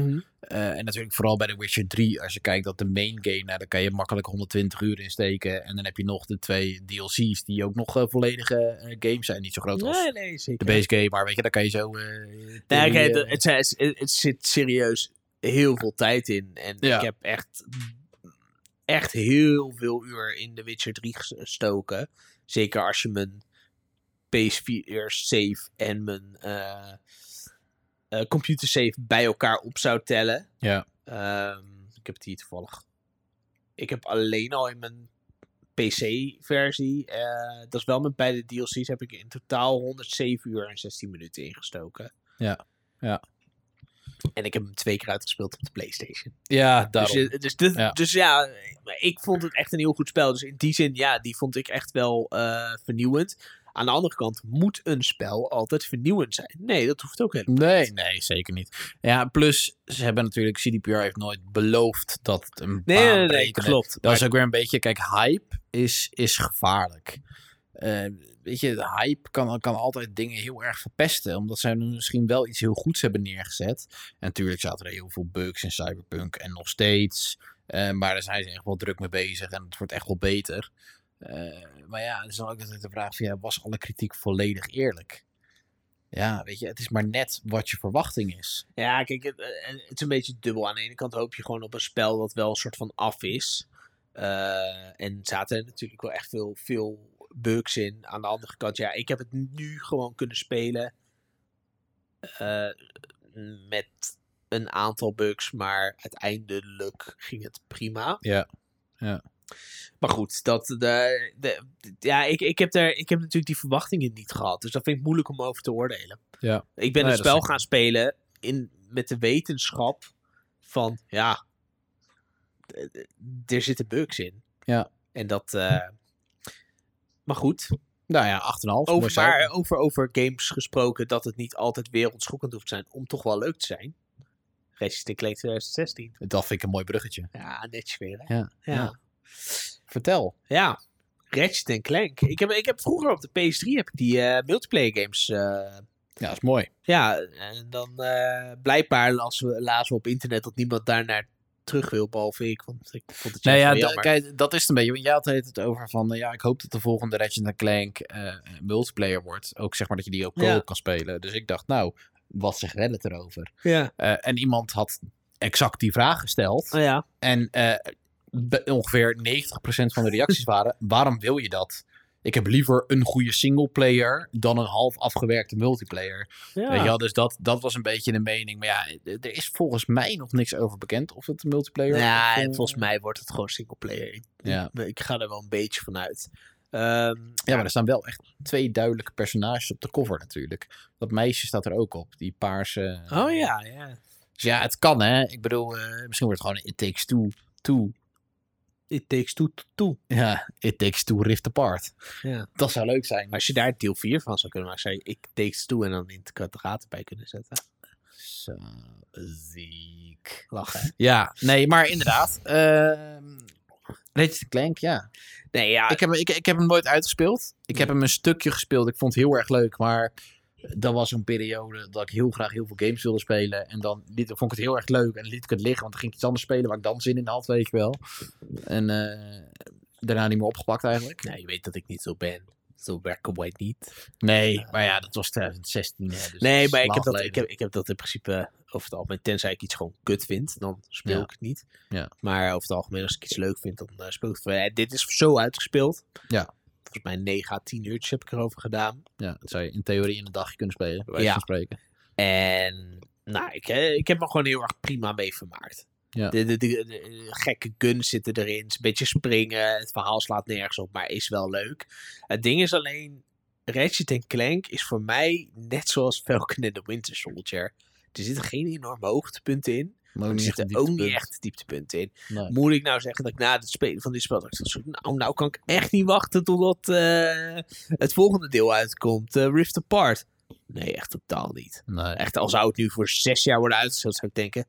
A: Eh, en natuurlijk vooral bij The Witcher 3, als je kijkt dat de main game, nou, daar kan je makkelijk 120 uur in steken. En dan heb je nog de twee DLC's die ook nog eh, volledige eh, games zijn. Niet zo groot als
B: Nee, nee,
A: de
B: zeker.
A: base game, maar weet je, daar kan je zo... eh,
B: Nee,
A: die,
B: kijk,
A: eh,
B: het, het, zijn- het- het zit serieus heel veel tijd in. En
A: Ja.
B: ik heb echt, echt heel veel uur in The Witcher 3 gestoken. Zeker als je mijn PS4 save en mijn eh eh computer save bij elkaar op zou tellen.
A: Ja.
B: Ehm, ik heb het hier toevallig. Ik heb alleen al in mijn PC-versie, eh, dat is wel met beide DLC's, heb ik in totaal 107 uur en 16 minuten ingestoken.
A: Ja, ja.
B: En ik heb hem twee keer uitgespeeld op de PlayStation.
A: ja,
B: Dus,
A: daarom.
B: eh, dus, dit-
A: Ja.
B: dus ja, ik vond het echt een heel goed spel. Dus in die zin, ja, die vond ik echt wel eh, vernieuwend. Aan de andere kant moet een spel altijd vernieuwend zijn. Nee, dat hoeft ook helemaal
A: Nee, nee, zeker niet. Ja, plus ze hebben natuurlijk, CDPR heeft nooit beloofd dat het een
B: Nee, nee, nee, nee,
A: baanbrekende-
B: klopt.
A: Dat
B: Maar-
A: is ook weer een beetje, kijk, hype is, is gevaarlijk. Eh, weet je, de hype kan, kan altijd dingen heel erg verpesten, omdat zij nu misschien wel iets heel goeds hebben neergezet. En natuurlijk zaten er heel veel bugs in Cyberpunk en nog steeds. Eh, maar daar zijn ze echt wel druk mee bezig en het wordt echt wel beter. Eh, maar ja, het is dan ook altijd de vraag van, ja, was alle kritiek volledig eerlijk? Ja, weet je, het is maar net wat je verwachting is.
B: Ja, kijk, het, eh, het is een beetje dubbel. Aan de ene kant hoop je gewoon op een spel dat wel een soort van af is. Eh, en zaten er natuurlijk wel echt veel, veel bugs in. Aan de andere kant, ja, ik heb het nu gewoon kunnen spelen. eh, met een aantal bugs, maar uiteindelijk ging het prima.
A: Ja, ja.
B: Maar goed, dat, de, de, ja, ik, ik, heb daar, ik heb natuurlijk die verwachtingen niet gehad. Dus dat vind ik moeilijk om over te oordelen.
A: Ja.
B: Ik
A: Nee,
B: ben het
A: dat
B: spel
A: snap ik.
B: gaan spelen in, met de wetenschap van, ja, d- d- er zitten bugs in.
A: Ja.
B: En dat, eh, maar goed,
A: Nou ja, 8,5. mooi
B: over,
A: zo.
B: maar over, over games gesproken, dat het niet altijd wereldschokkend hoeft te zijn om toch wel leuk te zijn. Resident Evil 2016.
A: Dat vind ik een mooi bruggetje.
B: Ja, netjes weer, hè?
A: Ja,
B: ja.
A: ja. Vertel.
B: Ja, Ratchet Clank. Ik heb, ik heb vroeger op de PS3 heb ik die eh, multiplayer games. eh,
A: Ja, is mooi.
B: ja, en dan eh, blijkbaar lazen we, lazen we op internet dat niemand daarnaar terug wil, behalve ik. Want ik vond het
A: Nou
B: juist
A: ja,
B: wel
A: da-
B: jammer.
A: kijk, dat is het een beetje. Want jij had het over van, eh, ja, ik hoop dat de volgende Ratchet Clank eh multiplayer wordt. Ook zeg maar dat je die ook
B: Ja.
A: co-op kan spelen. Dus ik dacht, nou, wat zegt Reddit erover?
B: Ja.
A: Eh, en iemand had exact die vraag gesteld.
B: Nou ja,
A: En eh, be- ongeveer 90% van de
B: [LAUGHS]
A: reacties waren: waarom wil je dat? Ik heb liever een goede singleplayer dan een half afgewerkte multiplayer.
B: ja.
A: Weet je wel, dus dat, dat was een beetje de mening. Maar ja, d- er is volgens mij nog niks over bekend of het een multiplayer
B: Ja,
A: of, eh,
B: en volgens mij wordt het gewoon singleplayer. Ik,
A: Ja.
B: ik, ik ga er wel een beetje van uit. Ehm,
A: Ja, maar er staan wel echt twee duidelijke personages op de cover natuurlijk. Dat meisje staat er ook op, die paarse. eh,
B: oh ja, ja.
A: Dus ja, het kan hè. Ik bedoel, eh, misschien wordt het gewoon It Takes Two. two.
B: It takes two to two.
A: Ja, It Takes Two Rift Apart.
B: Ja.
A: Dat zou leuk zijn.
B: Als je daar deel 4 van zou kunnen maken, zou je ik takes two en dan in de kwadraten bij kunnen zetten.
A: Zo, ziek.
B: Lachen.
A: [LAUGHS] Ja, nee, maar inderdaad. ehm Ratchet Clank, ja.
B: Nee, ja,
A: Ik heb, ik, ik heb hem nooit uitgespeeld. Ik heb hem een stukje gespeeld. Ik vond het heel erg leuk, maar dat was een periode dat ik heel graag heel veel games wilde spelen. En dan liet, vond ik het heel erg leuk en liet ik het liggen, want dan ging ik iets anders spelen waar ik dan zin in had, weet je wel. En eh, daarna niet meer opgepakt eigenlijk.
B: Nou, je weet dat ik niet zo ben. Zo werken wij niet.
A: Nee, maar ja, dat was 2016. Hè, dus dat
B: Nee,
A: is
B: maar ik
A: lang
B: heb, dat,
A: geleden.
B: ik, heb, ik heb dat in principe over het algemeen. Tenzij ik iets gewoon kut vind, dan speel
A: Ja.
B: ik het niet.
A: Ja.
B: Maar over het algemeen, als ik iets leuk vind, dan eh, speel ik het. wel. Ja, dit is zo uitgespeeld.
A: Ja.
B: Volgens mij 9 à 10 uurtjes heb ik erover gedaan.
A: Ja, dat zou je in theorie in een dagje kunnen spelen, bij wijze
B: Ja.
A: van spreken.
B: En nou, ik, eh, ik heb me gewoon heel erg prima mee vermaakt.
A: Ja.
B: De, de, de, de- de gekke guns zitten erin. Het is een beetje springen. Het verhaal slaat nergens op, maar is wel leuk. Het ding is alleen... Ratchet Clank is voor mij net zoals Falcon en de Winter Soldier. Er zitten geen enorme hoogtepunten in.
A: Maar
B: Er
A: ook niet echt
B: zitten
A: een
B: ook niet
A: dieptepunt.
B: echt dieptepunten in.
A: Nee.
B: Moet ik nou zeggen dat ik na het spelen van dit spel... Dat ik dacht, zo, nou, nou kan ik echt niet wachten totdat eh, het volgende deel uitkomt. eh, Rift Apart. Nee, echt totaal niet.
A: Nee.
B: Echt, al zou het nu voor zes jaar worden uitgesteld, zou ik denken.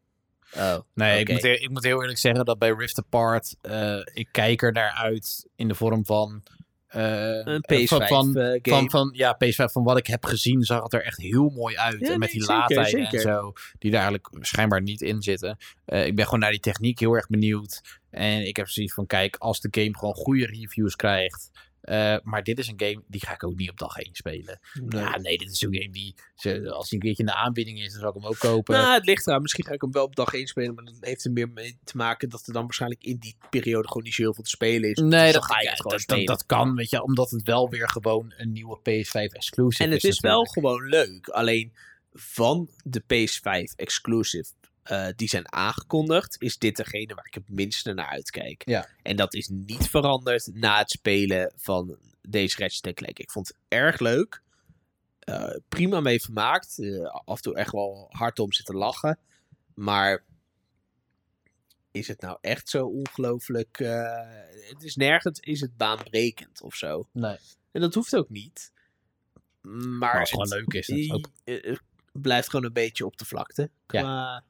B: Oh.
A: Nee, ik,
B: Oké.
A: moet, heel- ik moet heel eerlijk zeggen dat bij Rift Apart, eh, ik kijk er naar uit in de vorm van... eh,
B: Een
A: eh,
B: PS5
A: van, van,
B: eh, game.
A: van, van- ja, PS5, van wat ik heb gezien, zag het er echt heel mooi uit.
B: Ja,
A: en met
B: nee,
A: die
B: zeker,
A: laadtijden en
B: zeker.
A: zo, die daar eigenlijk schijnbaar niet in zitten. Eh, ik ben gewoon naar die techniek heel erg benieuwd. En ik heb zoiets van, kijk, als de game gewoon goede reviews krijgt... eh, maar dit is een game, die ga ik ook niet op dag 1 spelen.
B: eh,
A: Ja, nee, dit is een game die, ze- als die een keertje in de aanbieding is, dan zal ik hem ook kopen.
B: Nou, het ligt eraan. Misschien ga ik hem wel op dag 1 spelen. Maar dat heeft er meer mee te maken dat er dan waarschijnlijk in die periode gewoon niet zo heel veel te spelen is.
A: Nee, dat,
B: Dus dan ga je
A: ja,
B: het gewoon
A: dat, dat,
B: spelen.
A: dat kan, weet je, omdat het wel weer gewoon een nieuwe PS5 exclusive
B: en
A: is.
B: het is wel
A: natuurlijk.
B: gewoon leuk. Alleen van de PS5 exclusive eh, die zijn aangekondigd, is dit degene waar ik het minste naar uitkijk.
A: Ja.
B: En dat is niet veranderd na het spelen van deze Ratchet Clank. Ik vond het erg leuk. Eh, prima mee vermaakt. Eh, af en toe echt wel hard om zitten lachen. Maar is het nou echt zo ongelooflijk? eh, het is nergens is het baanbrekend of zo.
A: Nee.
B: En dat hoeft ook niet. Maar
A: Maar als het Nou, gewoon leuk is. dat is ook-
B: eh, eh, blijft gewoon een beetje op de vlakte.
A: Ja.
B: Qua,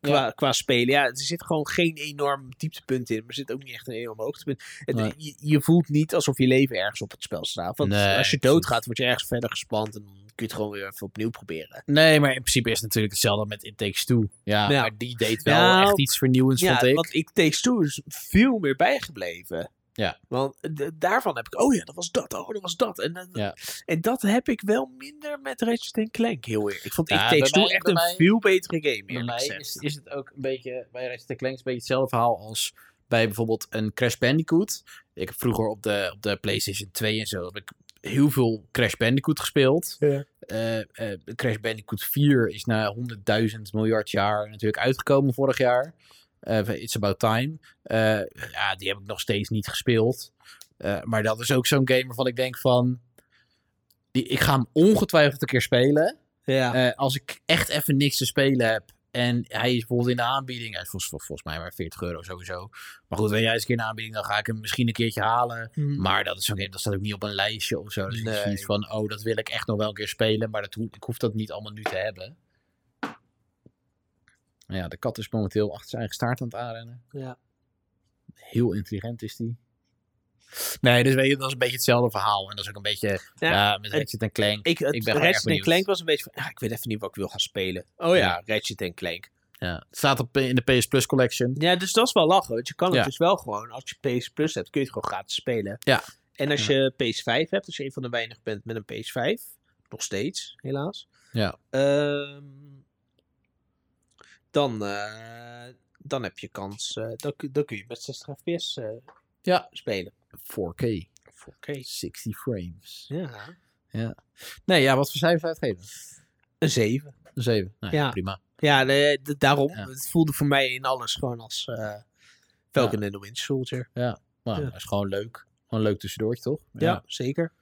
B: qua, qua spelen. Ja, er zit gewoon geen enorm dieptepunt in. Maar er zit ook niet echt een enorm hoogtepunt. Het,
A: Nee.
B: je, je voelt niet alsof je leven ergens op het spel staat. Want
A: Nee,
B: als je doodgaat, word je ergens verder gespand. En dan kun je het gewoon weer even opnieuw proberen.
A: Nee, maar in principe is het natuurlijk hetzelfde met It Takes Two. Ja,
B: Ja.
A: maar die deed wel
B: Nou,
A: echt iets vernieuwends,
B: Ja,
A: Dus vond ik.
B: want ik Takes Two is veel meer bijgebleven.
A: Ja.
B: Want d- daarvan heb ik, oh ja, dat was dat, oh dat was dat. En, dan-
A: Ja.
B: en dat heb ik wel minder met Ratchet Clank, heel eerlijk. Ik vond
A: Ja,
B: It
A: bij
B: Takes Two
A: mij-
B: echt
A: bij
B: een
A: mij-
B: veel betere game,
A: Bij
B: eerlijk
A: mij
B: gezegd.
A: is, is het ook een beetje, bij Ratchet Clank is een beetje hetzelfde verhaal als bij bijvoorbeeld een Crash Bandicoot. Ik heb vroeger op de, op de PlayStation 2 en zo heb ik heel veel Crash Bandicoot gespeeld.
B: Ja.
A: Eh, eh, Crash Bandicoot 4 is na 100.000 miljard jaar natuurlijk uitgekomen vorig jaar. Eh, It's About Time. Eh, ja, die heb ik nog steeds niet gespeeld. Eh, maar dat is ook zo'n game waarvan ik denk van... Die, ik ga hem ongetwijfeld een keer spelen.
B: Ja.
A: Eh, als ik echt even niks te spelen heb. En hij is bijvoorbeeld in de aanbieding. Hij is volgens, vol- volgens mij maar 40 euro sowieso. Maar goed, weet jij eens een keer in de aanbieding. Dan ga ik hem misschien een keertje halen. Maar dat is zo'n game. Dat staat ook niet op een lijstje of zo. Dus
B: Nee.
A: nee. zoiets van. Oh, dat wil ik echt nog wel een keer spelen. Maar dat ho- ik hoef dat niet allemaal nu te hebben. Nou ja, de kat is momenteel achter zijn eigen staart aan het aanrennen.
B: Ja.
A: Heel intelligent is die. Nee, dus weet je, dat is een beetje hetzelfde verhaal. En dat is ook een beetje.
B: Ja,
A: Ja, met
B: en-
A: Ratchet en Clank.
B: ik, het,
A: ik ben gewoon erg
B: Ratchet
A: benieuwd.
B: Clank was een beetje van, ah, ik weet even niet wat ik wil gaan spelen. Oh ja, Ratchet Clank.
A: Ja. Het staat op, in de PS Plus Collection.
B: Ja, dus dat is wel lachen, want je kan het
A: Ja.
B: dus wel gewoon, als je PS Plus hebt, kun je het gewoon gratis spelen.
A: Ja.
B: En als
A: Ja.
B: je PS5 hebt, als je een van de weinigen bent met een PS5, nog steeds, helaas.
A: Ja.
B: Ehm, dan, eh, dan heb je kans, eh, dan, kun- dan kun je met 60 fps eh,
A: Ja.
B: spelen.
A: 4K,
B: Oké.
A: 60 frames.
B: Ja.
A: Nee, ja, wat voor cijfers uitgeven?
B: Een 7.
A: Een 7. Nou, ja,
B: Ja.
A: prima.
B: Ja, nee, d- daarom.
A: Ja.
B: Het voelde voor mij in alles gewoon als eh Falcon and the Winter Soldier.
A: Maar
B: Ja.
A: dat is gewoon leuk. Gewoon leuk tussendoortje, toch?
B: Ja, zeker.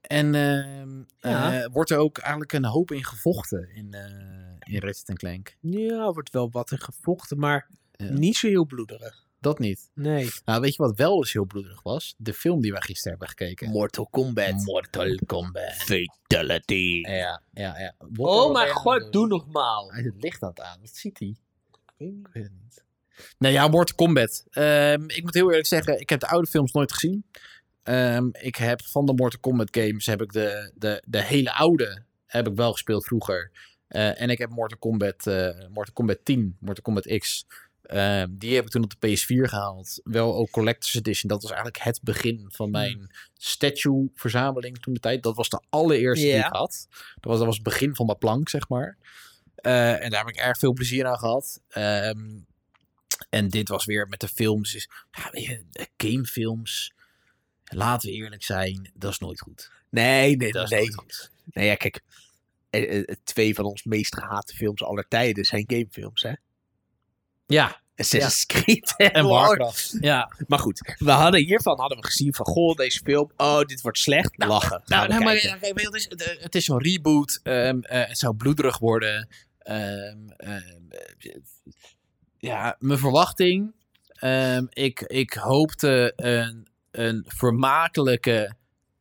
A: En ehm,
B: Ja.
A: eh, wordt er ook eigenlijk een hoop in gevochten in, eh in Ratchet Clank?
B: Ja, er wordt wel wat in gevochten, maar
A: Ja.
B: niet zo heel bloederig.
A: Dat niet.
B: Nee.
A: Nou, weet je wat wel eens heel bloederig was? De film die wij gisteren hebben gekeken.
B: Mortal Kombat.
A: Mortal Kombat.
B: Fatality.
A: Ja, ja, ja. Wat
B: Oh
A: er eh,
B: mijn
A: weer aan
B: god,
A: doen.
B: doe nogmaal.
A: Hij zet licht aan het aan. Wat ziet hij? Ik weet het niet. Nou ja, Mortal Kombat. Ehm, ik moet heel eerlijk zeggen, ik heb de oude films nooit gezien. Ehm, ik heb van de Mortal Kombat games heb ik de, de, de hele oude heb ik wel gespeeld vroeger. Eh, en ik heb Mortal Kombat, eh, Mortal Kombat 10, Mortal Kombat X. Ehm, die heb ik toen op de PS4 gehaald. Wel ook Collector's Edition. Dat was eigenlijk het begin
B: Hmm.
A: van mijn statue-verzameling toen de tijd. Dat was de allereerste die
B: Ja.
A: ik had. Dat was, dat was het begin van mijn plank, zeg maar. Eh, en daar heb ik erg veel plezier aan gehad. Ehm, en dit was weer met de films. Is, ja, weet je, eh, gamefilms. Laten we eerlijk zijn, dat is nooit goed.
B: Nee, nee,
A: Dat is
B: nee.
A: nooit goed.
B: Nee, ja, kijk. eh, eh, Twee van ons meest gehate films aller tijden zijn gamefilms, hè?
A: Ja,
B: Assassin's Creed
A: en
B: Warcraft.
A: Warcraft. Ja,
B: Maar goed, we hadden hiervan hadden we gezien van... Goh, deze film, oh, dit wordt slecht. Lachen.
A: nou,
B: Gaan we
A: nee, maar
B: kijken.
A: eh, weet je wat het is, het, eh, het is zo'n reboot. Ehm, eh, het zou bloederig worden. Ehm, ehm, eh, ja, mijn verwachting. ehm, ik, ik hoopte een, een vermakelijke,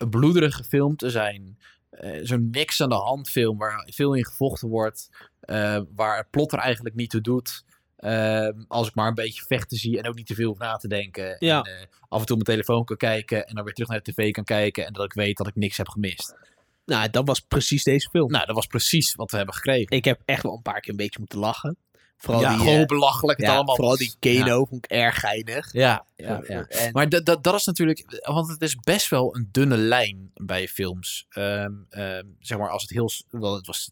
A: bloederige film te zijn. Eh, zo'n niks aan de hand film waar veel in gevochten wordt. eh, waar het plot er eigenlijk niet toe doet. Ehm, als ik maar een beetje vechten zie en ook niet te veel over na te denken.
B: Ja.
A: En, eh, af en toe op mijn telefoon kan kijken en dan weer terug naar de tv kan kijken. En dat ik weet dat ik niks heb gemist.
B: Nou, dat was precies deze film.
A: Nou, dat was precies wat we hebben gekregen.
B: Ik heb echt wel een paar keer een beetje moeten lachen. Vooral
A: ja,
B: die, eh,
A: gewoon belachelijk het
B: ja,
A: allemaal.
B: vooral die Keno vond ik erg geinig.
A: Ja, ja, ja.
B: En,
A: Maar dat, dat, dat is natuurlijk, want het is best wel een dunne lijn bij films. Ehm, ehm, zeg maar, als het heel. s- Wel, het was,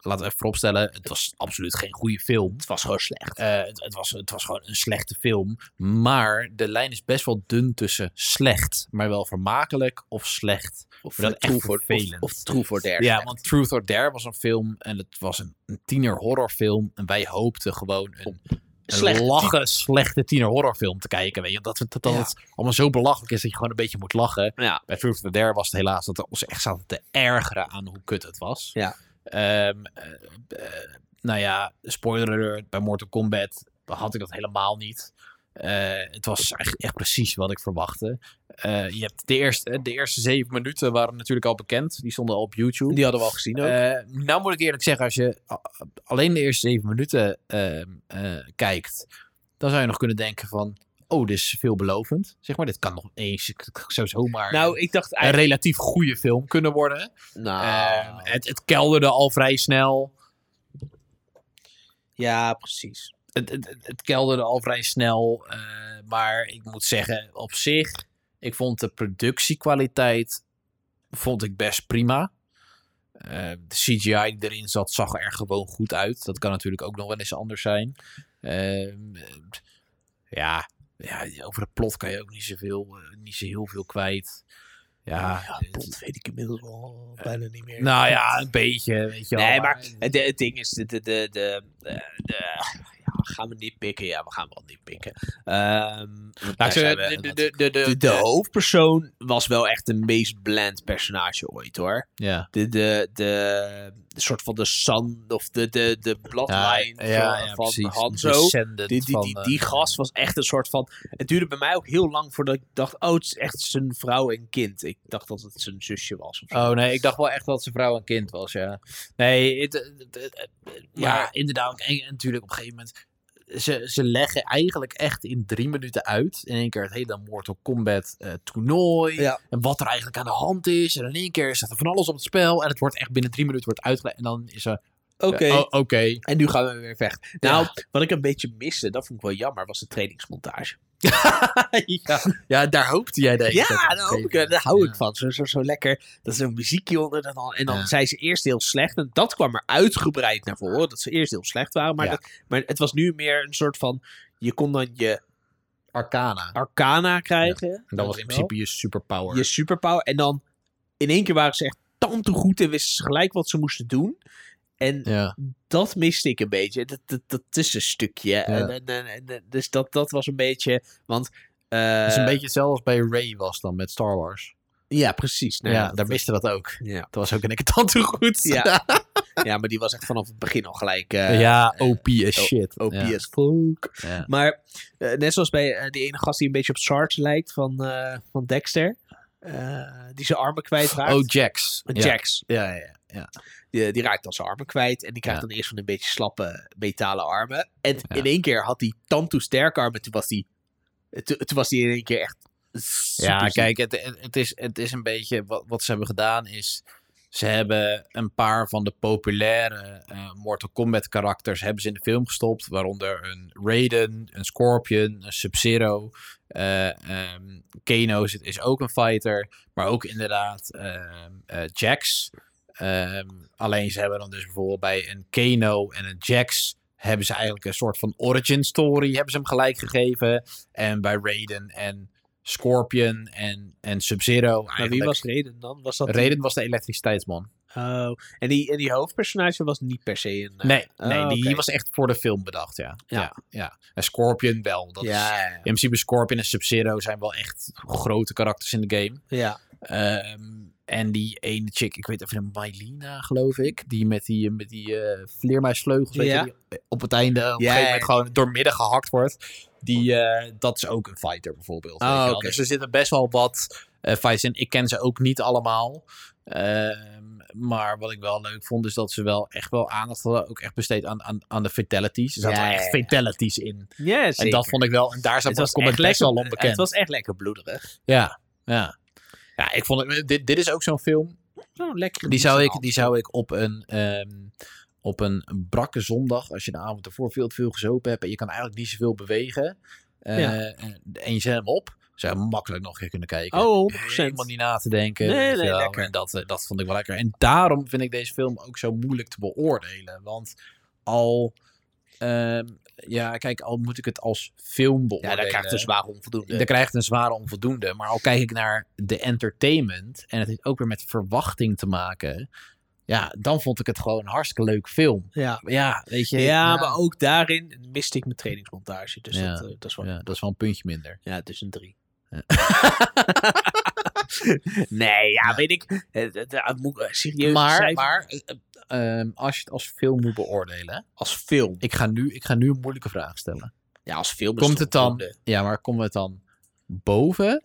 A: laten we even vooropstellen, het was absoluut geen goede film.
B: het was gewoon slecht.
A: Eh, het, het, was, het was gewoon een slechte film. Maar de lijn is best wel dun tussen slecht, maar wel vermakelijk of slecht.
B: Of eh,
A: dat echt
B: True for, of,
A: vervelend.
B: of True for Eh, Dare.
A: Ja, want Truth or Dare was een film en het was een, een tiener horrorfilm. En wij hoopten gewoon een,
B: Slechte
A: een lachen, slechte tiener horrorfilm te kijken. Weet je? Dat, dat, dat
B: Ja.
A: het allemaal zo belachelijk is dat je gewoon een beetje moet lachen.
B: Ja.
A: Bij Truth or Dare was het helaas dat we ons echt zaten te ergeren aan hoe kut het was.
B: Ja.
A: Ehm, eh, eh, nou ja, spoiler alert, bij Mortal Kombat had ik dat helemaal niet. Eh, Eh, het was echt, echt precies wat ik verwachtte. Eh, je hebt de, eerste, de eerste zeven minuten waren natuurlijk al bekend. Die stonden al op YouTube.
B: Die hadden we al gezien ook.
A: Eh, nou moet ik eerlijk zeggen, als je a- alleen de eerste zeven minuten ehm, eh, kijkt, dan zou je nog kunnen denken van, oh, dit is veelbelovend. Zeg maar, dit kan nog eens, zo zomaar
B: nou, ik dacht
A: een
B: eigenlijk...
A: relatief goede film kunnen worden.
B: Nou,
A: Ehm, het, het kelderde al vrij snel.
B: ja, precies.
A: Het, het, het- het kelderde al vrij snel. eh, maar ik moet zeggen, op zich, ik vond de productiekwaliteit vond ik best prima. Eh, de CGI die erin zat, zag er gewoon goed uit. Dat kan natuurlijk ook nog wel eens anders zijn. Ehm, eh, ja, ja, over het plot kan je ook niet, zoveel, eh, niet zo heel veel kwijt. Ja, het-
B: Eh, dat weet ik inmiddels al bijna niet meer.
A: Ah, nou
B: [LAUGHS]
A: ja, een beetje. Weet je wel,
B: nee, maar het, het ding is, de, de, de, de, eh, de- de- ja, gaan we niet pikken? Ja, we gaan wel niet pikken. Ehm, want daar
A: Nou,
B: zijn
A: ze- de,
B: we-
A: de,
B: want
A: de, de, de,
B: de- de hoofdpersoon was wel echt de meest bland personage ooit, hoor.
A: Ja.
B: De, de, de, de soort van de Sun of de, de, de Bloodline van, eh, van Hanzo. Die, die,
A: eh,
B: die, die gast was echt een soort van. Het duurde bij mij ook heel lang voordat ik dacht: oh, het is echt zijn vrouw en kind. Ik dacht dat het zijn zusje was. Of zo.
A: Oh nee, ik dacht wel echt dat ze vrouw en kind was, ja. Nee, het, eh, het- het- het- maar
B: Ja.
A: inderdaad. En, en natuurlijk op een gegeven moment... Ze, ze leggen eigenlijk echt in drie minuten uit. In één keer het hele Mortal Kombat eh, toernooi.
B: Ja.
A: En wat er eigenlijk aan de hand is. En in één keer staat er van alles op het spel. En het wordt echt binnen drie minuten wordt uitgelegd. En dan is er...
B: Oké.
A: Oh, Oké.
B: En nu gaan we weer vechten. Nou, wat ik een beetje miste, dat vond ik wel jammer, was de
A: [LAUGHS]
B: trainingsmontage.
A: ja. ja, daar hoopte jij denk ik. dat
B: Ja,
A: het
B: daar, hoop ik,
A: gegeven
B: daar hou
A: werd.
B: ik van. Zo, zo, zo lekker. Dat is een muziekje onder. En dan, en dan
A: Ja.
B: zijn ze eerst heel slecht. En dat kwam er uitgebreid naar voren. Dat ze eerst heel slecht waren. Maar,
A: Ja.
B: dat, maar het was nu meer een soort van. Je kon dan je
A: Arcana.
B: arcana krijgen.
A: En dat was in principe je superpower.
B: je superpower. En dan in één keer waren ze echt tante goed en wisten ze gelijk wat ze moesten doen. En
A: Ja.
B: dat miste ik een beetje. Dat, dat, dat tussenstukje. En, en, en, en- dus dat, dat was een beetje. Want. eh,
A: Het is een beetje hetzelfde als bij Ray was dan met Star Wars.
B: Ja, precies. Nou
A: ja,
B: ja,
A: daar miste dat ook.
B: ja.
A: Dat was ook in een tante goed. [LAUGHS]
B: Ja. ja, maar die was echt vanaf het begin al gelijk. eh
A: ja, OP as shit.
B: OP
A: Ja.
B: as fuck.
A: Ja.
B: Maar eh, net zoals bij eh, die ene gast die een beetje op Sarge lijkt van, eh, van Dexter. eh, die zijn armen kwijtraakt.
A: Oh, Jax. Ja.
B: Jax.
A: Ja, ja, ja.
B: Die, die raakt dan zijn armen kwijt. En die krijgt
A: Ja.
B: dan eerst van een beetje slappe metalen armen. En
A: Ja.
B: in één keer had hij tantoe sterke armen. Toen was hij toen, toen was hij in één keer echt.
A: Ja,
B: superziek.
A: kijk, het, het, het is, het is een beetje... Wat, wat ze hebben gedaan is... Ze hebben een paar van de populaire eh, Mortal Kombat karakters hebben ze in de film gestopt. Waaronder een Raiden, een Scorpion, een Sub-Zero. eh, ehm, Kano is, is ook een fighter. Maar ook inderdaad ehm, eh, Jax. Ehm, alleen ze hebben dan dus bijvoorbeeld bij een Kano en een Jax... hebben ze eigenlijk een soort van origin story. Hebben ze hem gelijk gegeven. En bij Raiden en Scorpion en, en Sub-Zero
B: Maar wie
A: eigenlijk...
B: was Reden dan? Was dat
A: Raiden was de elektriciteitsman.
B: Oh, en die, en die hoofdpersonage was niet per se een. eh,
A: Nee,
B: Oh,
A: nee die
B: oké.
A: was echt voor de film bedacht, ja.
B: Ja.
A: Ja, ja, En Scorpion wel. Dat is,
B: ja, ja,
A: in principe Scorpion en Sub-Zero zijn wel echt grote karakters in de game.
B: ja.
A: Ehm, en die ene chick, ik weet even, Mylina geloof ik, die met die, met die eh vleermuisvleugels weet je,
B: Ja.
A: die eh, op het einde op een gegeven
B: Ja, ja,
A: moment
B: ja.
A: gewoon doormidden gehakt wordt. Die, eh, dat is ook een fighter bijvoorbeeld.
B: Ah,
A: weet je wel.
B: oké.
A: Dus er zitten best wel wat eh fights in. Ik ken ze ook niet allemaal. Ehm, maar wat ik wel leuk vond, is dat ze wel echt wel aandacht hadden, ook echt besteed aan, aan, aan de fatalities. Er zaten
B: Ja,
A: wel
B: ja,
A: echt
B: ja.
A: fatalities in.
B: Ja,
A: En dat vond ik wel, en daar
B: het
A: staat
B: was,
A: was
B: echt
A: best
B: lekker,
A: wel onbekend.
B: het was echt lekker bloederig.
A: Ja, ja. Ja, ik vond het, dit, dit is ook zo'n film.
B: Oh, lekker.
A: Die zou ik, die zou ik op een, ehm, op een brakke zondag, als je de avond ervoor veel te veel gezopen hebt en je kan eigenlijk niet zoveel bewegen, eh,
B: Ja.
A: en, en je zet hem op, zou je makkelijk nog een keer kunnen kijken.
B: Oh, 100%.
A: Helemaal niet na te denken.
B: Nee,
A: weet je
B: nee,
A: wel.
B: lekker.
A: En dat, eh, dat vond ik wel lekker. En daarom vind ik deze film ook zo moeilijk te beoordelen. Want al, ehm, ja, kijk, al moet ik het als film
B: Ja,
A: beoordelen.
B: daar krijgt dus zwaar onvoldoende.
A: Dat krijgt een zware onvoldoende. Maar al kijk ik naar de entertainment. En het heeft ook weer met verwachting te maken. Ja, dan vond ik het gewoon een hartstikke leuk film.
B: ja.
A: Ja, weet je.
B: Ja, maar ook daarin miste ik mijn trainingsmontage. Dus
A: Ja.
B: dat, eh, dat is wel. Ja,
A: Ja, dat is wel een puntje minder.
B: het is een drie. [LAUGHS] nee, ja, weet ik. Het, het- het moet, eh, serieus.
A: Maar,
B: cijfer-
A: maar eh, eh, ehm, als je het als film moet beoordelen.
B: als film.
A: Ik ga, nu, ik ga nu een moeilijke vraag stellen.
B: Ja, als film is eh,
A: Komt het dan-
B: voldoende.
A: Ja, maar komen we het dan boven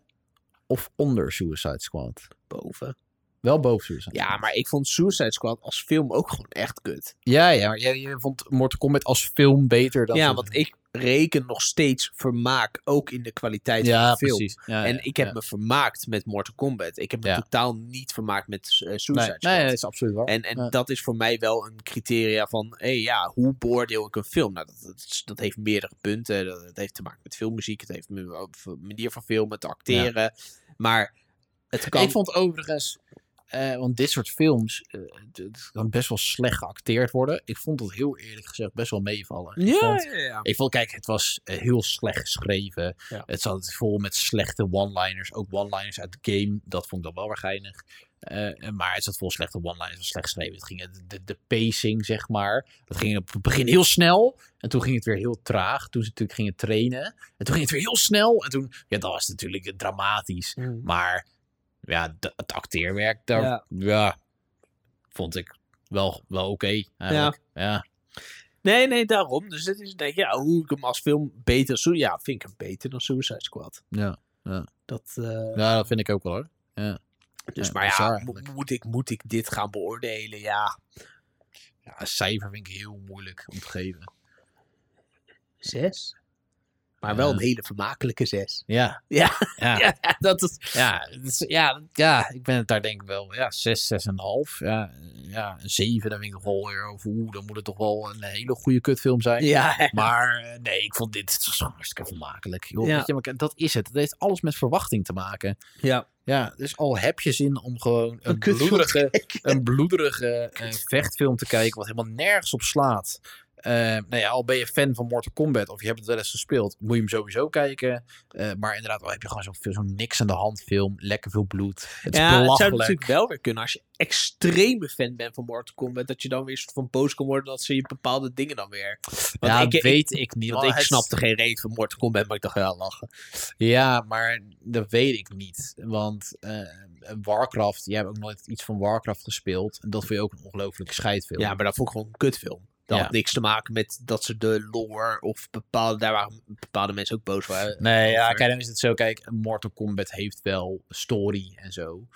A: of onder Suicide Squad?
B: boven.
A: Wel boven Suicide
B: Ja,
A: Squad.
B: maar ik vond Suicide Squad als film ook gewoon echt kut.
A: Ja, ja, maar jij, jij vond Mortal Kombat als film beter dan...
B: ja, want ik reken nog steeds vermaak ook in de kwaliteit van
A: Ja,
B: de film.
A: precies. Ja, ja,
B: En ik heb
A: ja.
B: me vermaakt met Mortal Kombat. Ik heb me
A: Ja.
B: totaal niet vermaakt met eh, Suicide
A: Nee,
B: Squad.
A: nee, dat is absoluut waar.
B: En, en
A: Ja.
B: dat is voor mij wel een criteria van, hé ja, hoe beoordeel ik een film? Nou, dat, dat, is- dat heeft meerdere punten. Dat, dat heeft te maken met filmmuziek, het heeft me- manier van filmen, te acteren. Maar het kan...
A: Ik vond overigens, eh, want dit soort films eh, d- het kan best wel slecht geacteerd worden. Ik vond dat heel eerlijk gezegd best wel meevallen. Ik
B: ja,
A: vond-
B: ja, ja.
A: ik vond, kijk, het was eh, heel slecht geschreven.
B: Ja.
A: Het zat vol met slechte one-liners. Ook one-liners uit de game. Dat vond ik dan wel weer geinig. Eh, maar het zat vol slechte one-liners. Het was slecht geschreven. Het ging, de, de pacing, zeg maar. Dat ging op het begin heel snel. En toen ging het weer heel traag. Toen ze natuurlijk gingen trainen. En toen ging het weer heel snel. En toen, ja, dat was natuurlijk eh, dramatisch.
B: Mm.
A: Maar ja, de- het acteerwerk daar,
B: Ja.
A: ja. vond ik wel, wel oké eigenlijk. Ja.
B: Nee, nee, daarom. Dus het is, denk, ik, ja, hoe ik hem als film beter... Zo, ja, vind ik hem beter dan Suicide Squad.
A: Ja.
B: Dat, eh,
A: Ja. dat vind ik ook wel hoor.
B: dus,
A: ja, bizar
B: maar ja,
A: eigenlijk.
B: mo- moet ik, moet ik dit gaan beoordelen? Ja,
A: Ja, een cijfer vind ik heel moeilijk om te geven.
B: zes. Maar wel
A: Ja.
B: een hele vermakelijke zes.
A: Ja.
B: Ja.
A: Ja. ja.
B: [LAUGHS] Ja, dat is...
A: dus ja, ja, ik ben het daar denk ik wel. Ja, 6, 6,5. Ja, ja, een 7, dan vind ik nog wel weer over. Oeh, dan moet het toch wel een hele goede kutfilm zijn.
B: Ja,
A: Maar eh, nee, ik vond dit het was gewoon hartstikke vermakelijk. Joh,
B: Ja.
A: weet je, maar dat is het. Het heeft alles met verwachting te maken.
B: ja.
A: Ja, dus al heb je zin om gewoon een,
B: kutfilm te
A: bloederige, een bloederige
B: [LAUGHS]
A: eh, vechtfilm te kijken, wat helemaal nergens op slaat. Eh, nou ja, al ben je fan van Mortal Kombat of je hebt het wel eens gespeeld, moet je hem sowieso kijken. Eh, maar inderdaad, al heb je gewoon zo'n film- zo'n niks aan de hand film, lekker veel bloed. Het is
B: ja, het zou
A: belachelijk.
B: natuurlijk wel weer kunnen als je extreme fan bent van Mortal Kombat. Dat je dan weer soort van boos kan worden dat ze je bepaalde dingen dan weer. Want
A: ja,
B: ik, ik- Oh,
A: weet ik niet.
B: want
A: want
B: ik
A: het-
B: snapte geen reet van Mortal Kombat, maar ik dacht, ja, lachen.
A: Ja, maar dat weet ik niet. Want eh, Warcraft, jij hebt ook nooit iets van Warcraft gespeeld. En dat vond je ook een ongelooflijke scheidfilm.
B: Ja, maar dat vond ik gewoon een kutfilm. Dat
A: Ja.
B: had niks te maken met dat ze de lore of bepaalde, daar waren bepaalde mensen ook boos waren.
A: Nee, ja,
B: over.
A: kijk, dan is het zo. Kijk, Mortal Kombat heeft wel story en zo.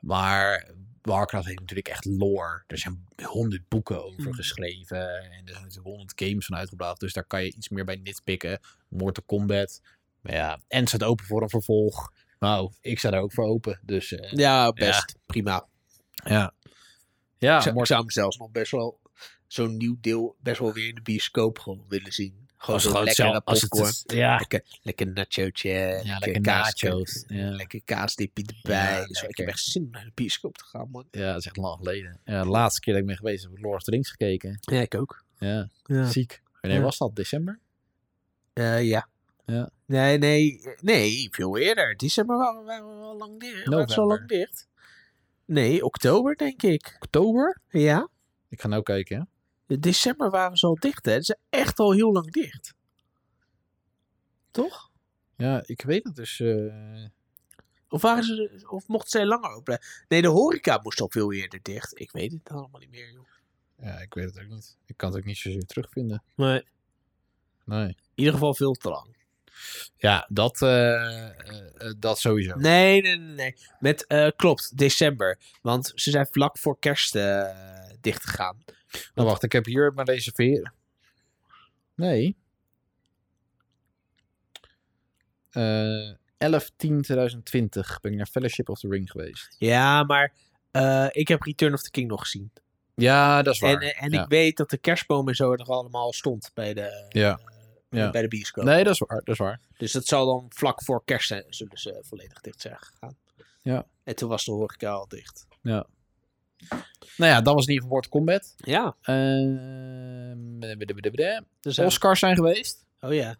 A: Maar Warcraft heeft natuurlijk echt lore. Er zijn honderd boeken over
B: Mhm.
A: geschreven. En er zijn natuurlijk honderd games van uitgebracht. Dus daar kan je iets meer bij nitpikken. Mortal Kombat. Maar ja, en staat open voor een vervolg. Nou, ik sta daar ook voor open. Dus eh,
B: Ja, best. Prima.
A: ja. Ja,
B: ik, zou, ik
A: Mortal
B: zou hem zelfs nog best wel zo'n nieuw deel best wel weer in de bioscoop gewoon willen zien. Gewoon
A: Als het
B: zo'n
A: gewoon
B: lekkere
A: zelf- als het
B: popcorn.
A: is- ja.
B: Lekker, lekker nachootje.
A: ja, lekker
B: kaasje.
A: nacho's. Ja.
B: Lekker kaasdipje
A: Ja,
B: erbij. Zo, ik heb
A: lekker.
B: echt zin om naar de bioscoop te gaan, man.
A: ja, dat is echt lang geleden. Ja, de laatste keer dat ik ben geweest heb ik Lord of the Rings gekeken.
B: Ja, ik ook.
A: Ja,
B: Ja.
A: ziek. Wanneer
B: Ja.
A: was dat? December?
B: Eh, ja.
A: Ja.
B: Nee, nee, nee, veel eerder. December waren we waren we al lang dicht. Waren we zo
A: November.
B: lang dicht. Nee, oktober denk ik.
A: Oktober?
B: Ja.
A: Ik ga nou kijken. hè.
B: December waren ze al dicht, hè. Ze zijn echt al heel lang dicht. Toch?
A: Ja, ik weet het dus. eh,
B: Of, waren ze, of mochten zij langer open? Nee, de horeca moest al veel eerder dicht. Ik weet het allemaal niet meer, joh.
A: ja, ik weet het ook niet. Ik kan het ook niet zozeer terugvinden.
B: Nee. In
A: Nee.
B: ieder geval veel te lang.
A: Ja, dat, eh, eh, eh, dat sowieso.
B: Nee, nee, nee. nee. Met, eh, klopt, december. Want ze zijn vlak voor kerst eh, dicht gegaan.
A: Nou, wacht, ik heb hier mijn reserveren. Nee. Eh 11 10 2020 ben ik naar Fellowship of the Ring geweest.
B: Ja, maar eh, ik heb Return of the King nog gezien.
A: Ja, dat is waar.
B: En, eh, en
A: ja.
B: ik weet dat de kerstboom en zo er nog allemaal stond bij de,
A: Ja.
B: eh,
A: Ja.
B: Bij de bioscoop.
A: Nee, dat is waar. Dat is waar.
B: Dus dat zal dan vlak voor kerst zijn, zullen ze volledig dicht zijn gegaan.
A: Ja.
B: En toen was de horeca al dicht.
A: Nou ja, dat was in ieder geval Mortal Kombat.
B: Ja.
A: Uh,
B: Dus,
A: Oscars zijn geweest.
B: oh ja.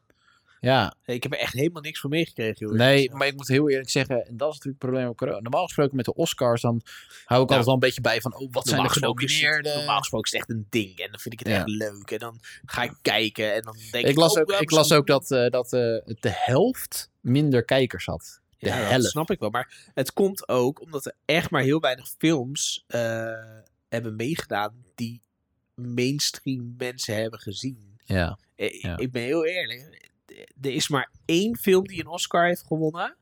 A: Ja,
B: Ik heb er echt helemaal niks van meegekregen. joh.
A: Nee,
B: Dus,
A: maar ik moet heel eerlijk zeggen, en dat is natuurlijk het probleem met corona. Normaal gesproken met de Oscars, dan hou ik
B: Nou,
A: altijd wel een beetje bij van, oh, wat zijn de
B: Normaal gesproken is het- Normaal
A: genomineerden?
B: gesproken is het echt een ding. En dan vind ik het
A: Ja.
B: echt leuk. En dan ga ik kijken. En dan denk ik...
A: Ik las
B: oh,
A: ook,
B: wel,
A: ik las
B: misschien-
A: ook dat, eh, dat eh, het de helft minder kijkers had. de
B: ja,
A: helft.
B: Dat snap ik wel. Maar het komt ook omdat er echt maar heel weinig films eh, hebben meegedaan... die mainstream mensen hebben gezien.
A: Ja,
B: Eh,
A: Ja.
B: Ik ben heel eerlijk. er is maar één film die een Oscar heeft gewonnen.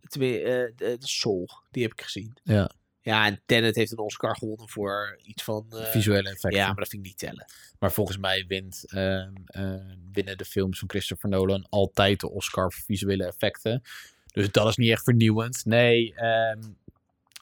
B: Tenmin- eh, eh, dat is Soul, die heb ik gezien.
A: Ja.
B: Ja, en Tenet heeft een Oscar gewonnen voor iets van... eh,
A: Visuele effecten.
B: ja, maar dat vind ik niet tellen.
A: Maar volgens mij wint, ehm, eh, winnen de films van Christopher Nolan altijd de Oscar voor visuele effecten. Dus dat is niet echt vernieuwend. Nee, ehm,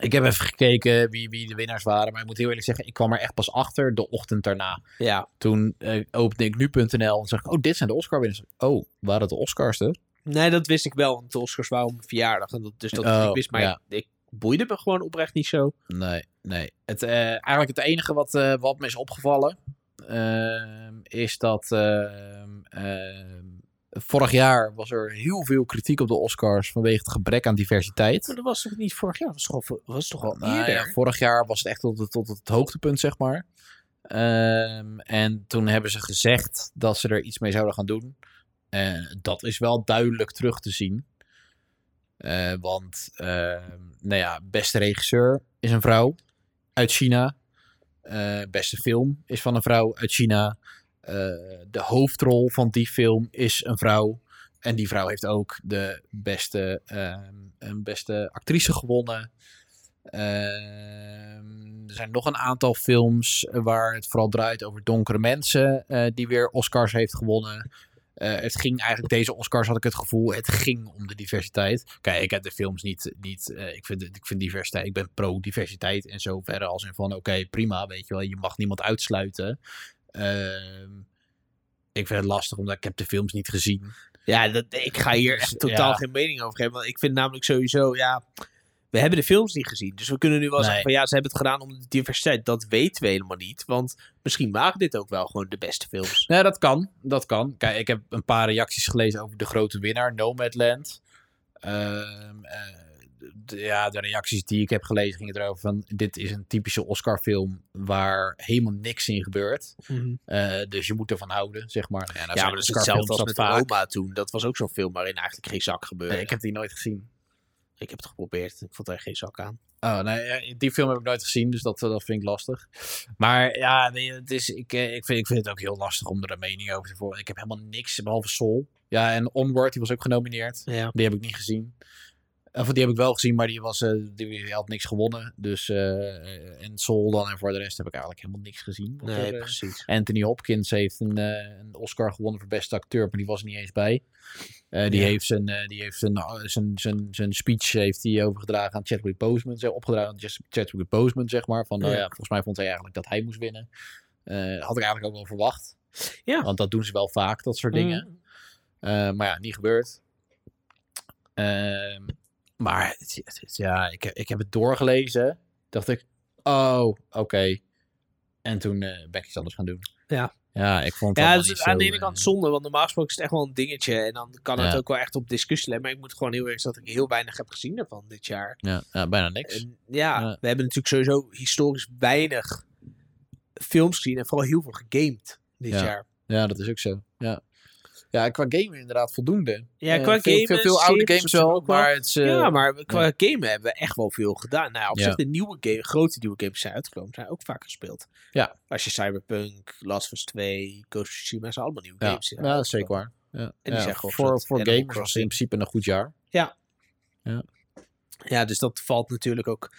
A: ik heb even gekeken wie, wie de winnaars waren. Maar ik moet heel eerlijk zeggen, ik kwam er echt pas achter de ochtend daarna.
B: Ja,
A: Toen eh, opende ik nu.nl en zag ik, oh, dit zijn de Oscar-winners. Oh, waren het de Oscars dus? er?
B: nee, dat wist ik wel, want de Oscars waren op mijn verjaardag. En dat, dus dat
A: Oh,
B: ik wist, maar
A: ja.
B: ik, ik boeide me gewoon oprecht niet zo.
A: Nee, nee. Het, eh, eigenlijk het enige wat, eh, wat me is opgevallen ehm, is dat ehm, ehm, vorig jaar was er heel veel kritiek op de Oscars vanwege het gebrek aan diversiteit.
B: Maar dat was toch niet vorig jaar? Dat was toch al, was toch al
A: Nou ja,
B: eerder?
A: vorig jaar was het echt tot, het- tot het hoogtepunt, zeg maar. Ehm, en toen hebben ze gezegd dat ze er iets mee zouden gaan doen. En dat is wel duidelijk terug te zien. Eh, want, ehm, nou ja, beste regisseur is een vrouw uit China. Eh, beste film is van een vrouw uit China. Eh, de hoofdrol van die film is een vrouw. En die vrouw heeft ook de beste, ehm, een beste actrice gewonnen. Ehm, er zijn nog een aantal films eh, waar het vooral draait over donkere mensen eh, die weer Oscars heeft gewonnen. Eh, het ging eigenlijk, deze Oscars had ik het gevoel, het ging om de diversiteit. Kijk, ik heb de films niet, niet eh, ik, vind, ik vind diversiteit, ik ben pro-diversiteit en zoverre als in van, oké, prima, weet je wel, je mag niemand uitsluiten. Ehm, ik vind het lastig, omdat ik heb de films niet gezien.
B: Ja, dat, ik ga hier echt totaal
A: Ja.
B: geen mening over geven. Want ik vind namelijk sowieso, ja, we hebben de films niet gezien. Dus we kunnen nu wel
A: Nee.
B: zeggen van ja, ze hebben het gedaan om de diversiteit. Dat weten we helemaal niet. Want misschien waren dit ook wel gewoon de beste films.
A: Nee, dat kan. Dat kan. Kijk, ik heb een paar reacties gelezen over de grote winnaar, Nomadland. Ehm, eh, d- ja, de reacties die ik heb gelezen gingen erover van... dit is een typische Oscar-film waar helemaal niks in gebeurt. Eh, dus je moet ervan houden, zeg maar. Ja, nou,
B: Ja,
A: zijn
B: maar dat is
A: Oscarfilms
B: hetzelfde als
A: dat
B: met
A: vaak.
B: Oma toen. Dat was ook zo'n film waarin eigenlijk geen zak gebeurde.
A: Nee, ik heb die nooit gezien.
B: ik heb het geprobeerd. Ik vond er geen zak aan.
A: Oh, nee, eh, die film heb ik nooit gezien, dus dat, eh, dat vind ik lastig. Maar ja, nee, het is, ik, eh, ik, vind, ik vind het ook heel lastig om er een mening over te vormen. Ik heb helemaal niks, behalve Soul. Ja, en Onward, die was ook genomineerd.
B: Ja.
A: Die heb ik niet gezien. Of die heb ik wel gezien, maar die, was, eh, die had niks gewonnen. Dus eh, en Sol dan en voor de rest heb ik eigenlijk helemaal niks gezien. Wat
B: Nee,
A: er, eh,
B: precies.
A: Anthony Hopkins heeft een, eh, een Oscar gewonnen voor beste acteur, maar die was er niet eens bij. Eh, die,
B: Ja.
A: heeft zijn, eh, die heeft zijn, eh, zijn, zijn, zijn speech heeft hij overgedragen aan Chadwick Boseman. Zeg, opgedragen aan Jas- Chadwick Boseman, zeg maar. Van, nou
B: Ja.
A: ja, volgens mij vond hij eigenlijk dat hij moest winnen. Eh, had ik eigenlijk ook wel verwacht.
B: Ja. Mm.
A: Want dat doen ze wel vaak, dat soort dingen. Eh, maar ja, niet gebeurd. Ehm, maar het- het- het- ja, ik, ik heb het doorgelezen. Dacht ik, oh, oké. En toen eh, ben ik iets anders gaan doen.
B: Ja.
A: Ja, ik vond het
B: Ja,
A: allemaal
B: dat is
A: niet
B: aan
A: zo,
B: de ene
A: eh,
B: kant zonde, want normaal gesproken is het echt wel een dingetje. En dan kan het
A: Ja.
B: ook wel echt op discussie leiden. Maar ik moet gewoon heel eerlijk zeggen dat ik heel weinig heb gezien daarvan dit jaar.
A: ja, ja, bijna niks.
B: En ja,
A: Ja.
B: we hebben natuurlijk sowieso historisch weinig films gezien en vooral heel veel gegamed dit
A: Ja.
B: jaar.
A: Ja, dat is ook zo. Ja, ja qua gamen inderdaad voldoende.
B: Ja,
A: Eh,
B: qua
A: veel,
B: gamen,
A: Veel, veel oude games wel, maar het is... eh,
B: ja, maar qua gamen hebben we echt wel veel gedaan. Nou, op
A: Ja.
B: zich de nieuwe game, grote nieuwe games zijn uitgekomen, zijn ook vaak gespeeld.
A: Ja.
B: Als je Cyberpunk, Last of Us 2, Ghost of Tsushima, zijn allemaal nieuwe
A: ja,
B: games.
A: ja, dat is zeker waar. Ja.
B: die
A: Ja,
B: zijn gewoon
A: voor,
B: zat.
A: voor
B: Animal
A: gamers was het in
B: Crossing.
A: principe een goed jaar.
B: Ja, dus dat valt natuurlijk ook,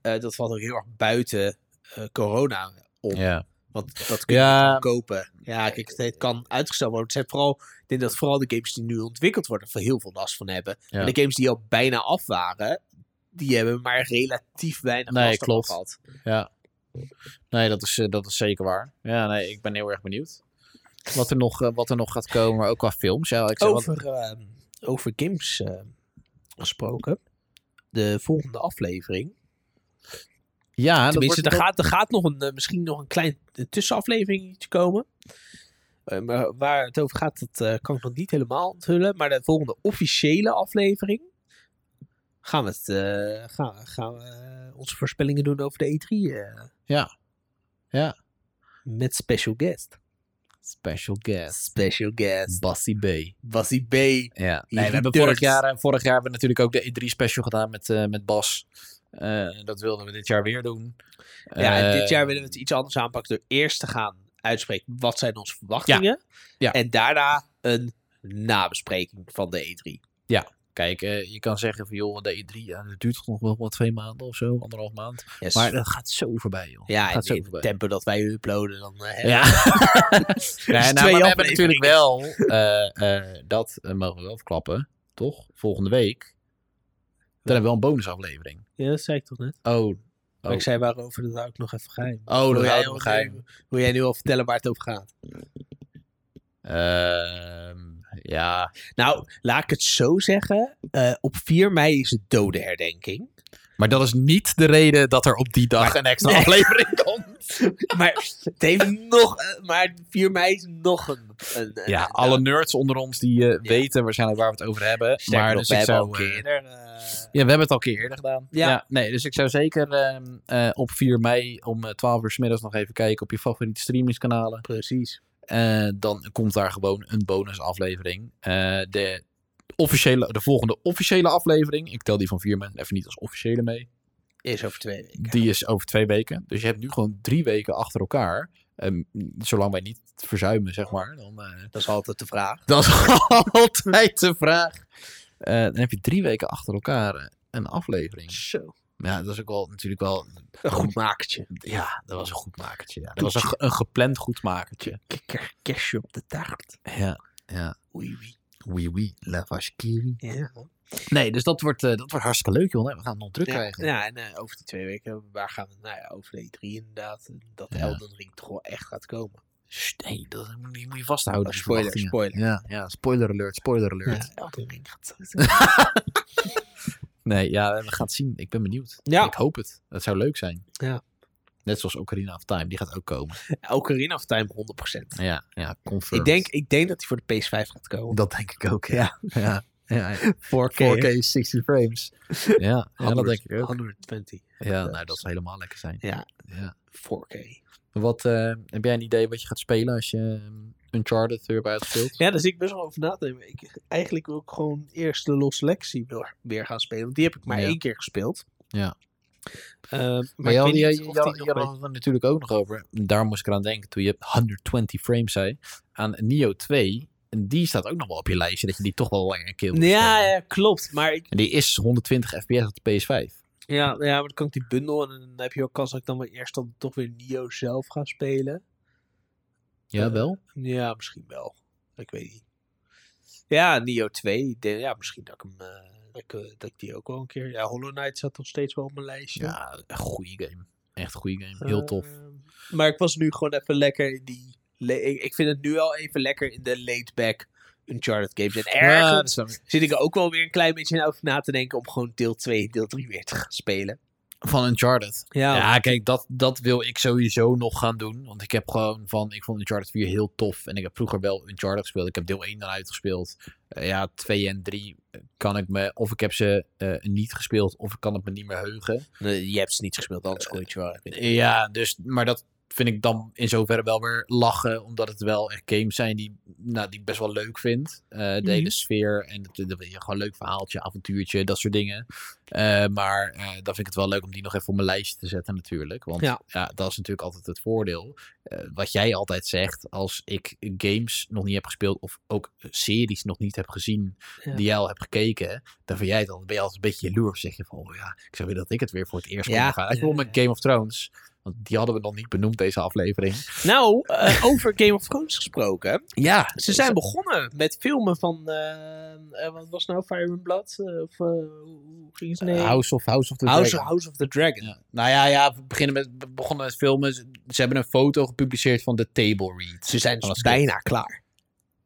B: eh, dat valt ook heel erg buiten eh, corona om.
A: Ja.
B: Want dat kun je
A: Ja.
B: gewoon kopen. Ja, kijk, het kan uitgesteld worden. Het zijn vooral, ik denk dat vooral de games die nu ontwikkeld worden, er heel veel last van hebben.
A: Ja.
B: En de games die al bijna af waren, die hebben maar relatief weinig
A: Nee,
B: last van
A: klopt.
B: gehad.
A: Nee, dat is, eh, dat is zeker waar. Ja, nee, ik ben heel erg benieuwd. Wat er nog, eh, wat er nog gaat komen, maar ook qua films. Ja, ik zei, wat-
B: Over, ehm, over games ehm, gesproken. De volgende aflevering.
A: ja dat
B: Tenminste,
A: wordt-
B: er gaat, er gaat nog een, eh, misschien nog een klein eh, tussenaflevering komen. Eh, maar waar het over gaat, dat eh, kan ik nog niet helemaal onthullen. Maar de volgende officiële aflevering gaan we, het, eh, gaan, gaan we eh, onze voorspellingen doen over de E3. eh.
A: Ja. Ja.
B: Met special guest.
A: Special guest.
B: Special guest.
A: Bassie B.
B: Bassie B.
A: Ja.
B: Die
A: Nee, we hebben
B: dirt.
A: vorig jaar, eh, vorig jaar hebben we natuurlijk ook de E3 special gedaan met, eh, met Bas. Eh, dat wilden we dit jaar weer doen.
B: Ja, en
A: Eh,
B: dit jaar willen we het iets anders aanpakken door eerst te gaan uitspreken wat zijn onze verwachtingen.
A: Ja.
B: En daarna een nabespreking van de E E3.
A: Kijk, eh, je kan zeggen van joh, de E3 ja, dat duurt nog wel wat twee maanden of zo, anderhalf maand.
B: Yes.
A: Maar dat gaat zo voorbij, joh.
B: ja, en
A: gaat zo
B: in het
A: voorbij.
B: tempo dat wij uploaden, dan... eh, [LAUGHS]
A: Ja. [LAUGHS] nee, nou, maar
B: twee
A: we hebben
B: afleveringen.
A: natuurlijk wel, eh, eh, dat eh, mogen we wel verklappen, toch? Volgende week. Dan hebben we wel een bonusaflevering.
B: Ja, dat zei ik toch net?
A: Oh,
B: Maar ik zei waarover, dat hou ik nog even geheim.
A: oh dat
B: Wil jij
A: houdt
B: al-
A: me geheim.
B: Wil jij nu al vertellen waar het over gaat?
A: Ehm, ja,
B: Nou, laat ik het zo zeggen. eh, op 4 mei is het dodenherdenking.
A: [LAUGHS] maar dat is niet de reden dat er op die dag een extra
B: Nee.
A: aflevering [LAUGHS] komt.
B: maar het heeft nog... eh, maar 4 mei is nog een... een- een-
A: Ja,
B: een-
A: alle nerds onder ons die eh,
B: Ja.
A: weten waarschijnlijk waar we het over hebben.
B: Sterker
A: maar
B: nog,
A: dus
B: we
A: ik
B: hebben
A: zou,
B: al een keer
A: eh,
B: eerder, eh,
A: Ja, we hebben het al een keer eerder gedaan.
B: Ja.
A: nee, dus ik zou zeker ehm, eh, op 4 mei om eh, 12 uur s middags nog even kijken op je favoriete streamingskanalen.
B: Precies.
A: Eh, dan komt daar gewoon een bonusaflevering. Eh, de, officiële, de volgende officiële aflevering, ik tel die van 4 mei even niet als officiële mee,
B: Is over twee weken.
A: die is over twee weken. Dus je hebt nu gewoon drie weken achter elkaar. Ehm, zolang wij niet verzuimen, zeg maar. Dan, eh, [LAUGHS]
B: Dat is altijd de vraag.
A: dat is altijd de vraag. Eh, dan heb je drie weken achter elkaar eh, een aflevering.
B: Zo.
A: Ja, dat is ook wel natuurlijk wel
B: Een goed makertje.
A: Ja, dat was een goed makertje. Ja. Dat was een, ge- een gepland goed makertje.
B: Kikker, kerstje op de taart.
A: Ja.
B: Oei, oei.
A: Oui, oui. Lavaskiri.
B: Ja.
A: Nee, dus dat wordt, eh, dat wordt hartstikke leuk, joh. Nee, We gaan het nog druk
B: Ja,
A: krijgen.
B: ja, en eh, over die twee weken, waar gaan we? Nou ja, over de E3 inderdaad. Dat
A: Ja.
B: Elden Ring toch wel echt gaat komen.
A: Sst, Nee, dat moet je, moet je vasthouden.
B: Oh,
A: die
B: spoiler,
A: verwachtingen.
B: spoiler.
A: Ja, ja, spoiler alert, spoiler alert.
B: Ja, Elden Ring
A: [LAUGHS]
B: gaat
A: Nee, ja, we gaan het zien. Ik ben benieuwd.
B: Ja.
A: Ik hoop het. Dat zou leuk zijn.
B: Ja.
A: Net zoals Ocarina of Time, die gaat ook komen.
B: Ocarina of Time 100%.
A: Ja, ja, confirmed.
B: Ik denk, ik denk dat hij voor de PS5 gaat komen.
A: Dat denk ik ook, ja. ja. ja,
B: [LAUGHS] 4K.
A: 4K, 60 frames. Ja, ja, dat
B: 100,
A: denk ik ook.
B: 120.
A: Ja, nou, dat zou helemaal lekker zijn.
B: Ja.
A: ja.
B: 4K.
A: Wat, eh, heb jij een idee wat je gaat spelen als je ehm, Uncharted weer hebt uitgespeeld?
B: Ja, daar zit ik best wel over na te denken. Ik, eigenlijk wil ik gewoon eerst de Lost Legacy weer, weer gaan spelen. Want die heb ik maar
A: Ja.
B: één keer gespeeld.
A: Ja.
B: Eh, maar
A: Maar
B: ik
A: je had-
B: weet
A: je-
B: niet
A: je-
B: of
A: je-
B: die
A: je
B: nog
A: had
B: bij-
A: het er natuurlijk ook nog over. Daar moest ik eraan denken toen je 120 frames zei. Aan Nio 2. En die staat ook nog wel op je lijstje. Dat je die toch wel langer een keer wil
B: Ja,
A: spelen.
B: ja, klopt. Maar ik,
A: En die is 120 fps op de PS5.
B: ja, ja, maar dan kan ik die bundel en dan heb je ook kans dat ik dan wel eerst dan toch weer Nio zelf ga spelen.
A: Ja, wel.
B: Ja, misschien wel. Ik weet niet. Ja, Nio 2. ik denk- ja, misschien dat ik hem... eh, dat, ik, eh, dat ik die ook wel een keer... Ja, Hollow Knight zat nog steeds wel op mijn lijstje.
A: Ja, een goede game. Echt een goede game. Heel tof.
B: Ehm, maar ik was nu gewoon even lekker in die... le- ik, ik vind het nu al even lekker in de laid-back Uncharted games. En
A: Ja, dat
B: ergens
A: is wel-
B: zit ik er ook wel weer een klein beetje over na te denken... om gewoon deel 2 en deel 3 weer te gaan spelen.
A: Van Uncharted. Ja, kijk, dat, dat wil ik sowieso nog gaan doen. Want ik heb gewoon van, ik vond Uncharted 4 heel tof. En ik heb vroeger wel Uncharted gespeeld. Ik heb deel 1 dan uitgespeeld. Eh, ja, 2 en 3 kan ik me, of ik heb ze eh, niet gespeeld, of ik kan het me niet meer heugen.
B: Nee, Eh, je hebt ze niet gespeeld, anders kon je het je wel herinneren.
A: Ja, dus, maar dat vind ik dan in zoverre wel weer lachen. Omdat het wel echt games zijn die, nou, die ik best wel leuk vind. Eh, de
B: Mhm.
A: hele sfeer en het, dat je gewoon leuk verhaaltje, avontuurtje, dat soort dingen. Eh, maar eh, dan vind ik het wel leuk om die nog even op mijn lijstje te zetten natuurlijk. Want
B: Ja.
A: ja. dat is natuurlijk altijd het voordeel. Eh, wat jij altijd zegt, als ik games nog niet heb gespeeld... of ook eh, series nog niet heb gezien
B: Ja.
A: die jij al hebt gekeken... dan vind jij het al- ben je altijd een beetje jaloers. Zeg je van, oh ja, ik zou willen dat ik het weer voor het eerst
B: Ja.
A: kon gaan. Ik bedoel met Game of Thrones... Want die hadden we nog niet benoemd, deze aflevering.
B: Nou, eh, over Game of Thrones gesproken.
A: Ja,
B: Ze zijn begonnen met filmen van... eh, eh, wat was nou Fire and Blood? Eh, of eh, hoe ging ze? Nee.
A: Eh, House of House of the
B: House,
A: Dragon.
B: House of the Dragon.
A: Ja. Nou ja, ja we, beginnen met, we begonnen met filmen. Ze, ze hebben een foto gepubliceerd van de table read.
B: Ze zijn dus
A: Alles
B: bijna klaar.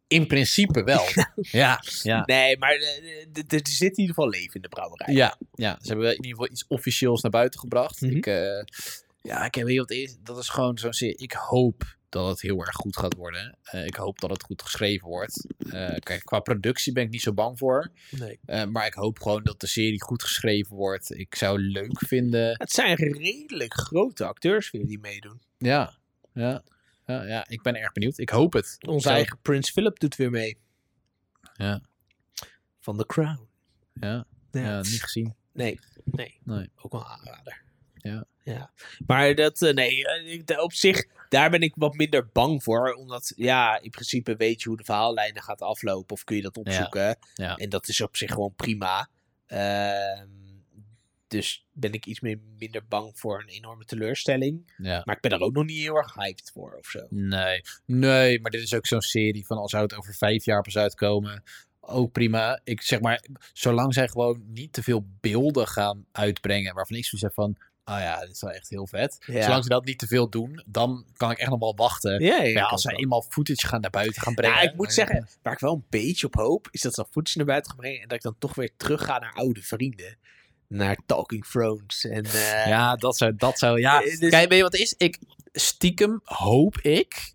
A: In principe
B: [LAUGHS]
A: wel. ja, ja.
B: Nee, maar eh, d- d- er zit in ieder geval leven in de brouwerij.
A: ja, ja. Ze hebben wel in ieder geval iets officieels naar buiten gebracht.
B: Mhm.
A: ik, eh, ja, ik weet wat het is. Dat is gewoon zo'n serie. Ik hoop dat het heel erg goed gaat worden. Eh, ik hoop dat het goed geschreven wordt. Eh, kijk, qua productie ben ik niet zo bang voor.
B: Nee.
A: Eh, maar ik hoop gewoon dat de serie goed geschreven wordt. Ik zou het leuk vinden.
B: Het zijn redelijk grote acteurs weer die meedoen.
A: Ja, ja, ja, ja. ik ben erg benieuwd. Ik hoop het.
B: Onze
A: Zou-
B: eigen Prins Philip doet weer mee.
A: Ja.
B: Van The Crown.
A: Ja, ja, eh, niet gezien.
B: Nee, nee.
A: Nee.
B: Ook wel een aanrader.
A: Ja.
B: ja. Maar dat, eh, nee, eh, ik- op zich, daar ben ik wat minder bang voor. Omdat, ja, in principe weet je hoe de verhaallijnen gaat aflopen. Of kun je dat opzoeken.
A: ja.
B: En dat is op zich gewoon prima. Ehm, dus ben ik iets meer, minder bang voor een enorme teleurstelling.
A: ja.
B: Maar ik ben er ook nog niet heel erg hyped voor of zo.
A: Nee. nee, maar dit is ook zo'n serie van al zou het over vijf jaar pas uitkomen, ook prima. Ik zeg maar, zolang zij gewoon niet te veel beelden gaan uitbrengen waarvan ik zoiets heb van, ah ja, dit is wel echt heel vet.
B: Ja.
A: Zolang ze dat niet te veel doen, dan kan ik echt nog wel wachten.
B: Ja,
A: Maar ja, als zij eenmaal footage gaan naar buiten gaan brengen.
B: Ja, ik moet zeggen, waar ik wel een beetje op hoop, is dat ze dat footage naar buiten gaan brengen en dat ik dan toch weer terug ga naar oude vrienden. Naar Talking Thrones en... eh,
A: Ja, dat zou, dat zou, ja.
B: eh, dus-
A: Kijk, weet je wat het is? Ik, stiekem hoop ik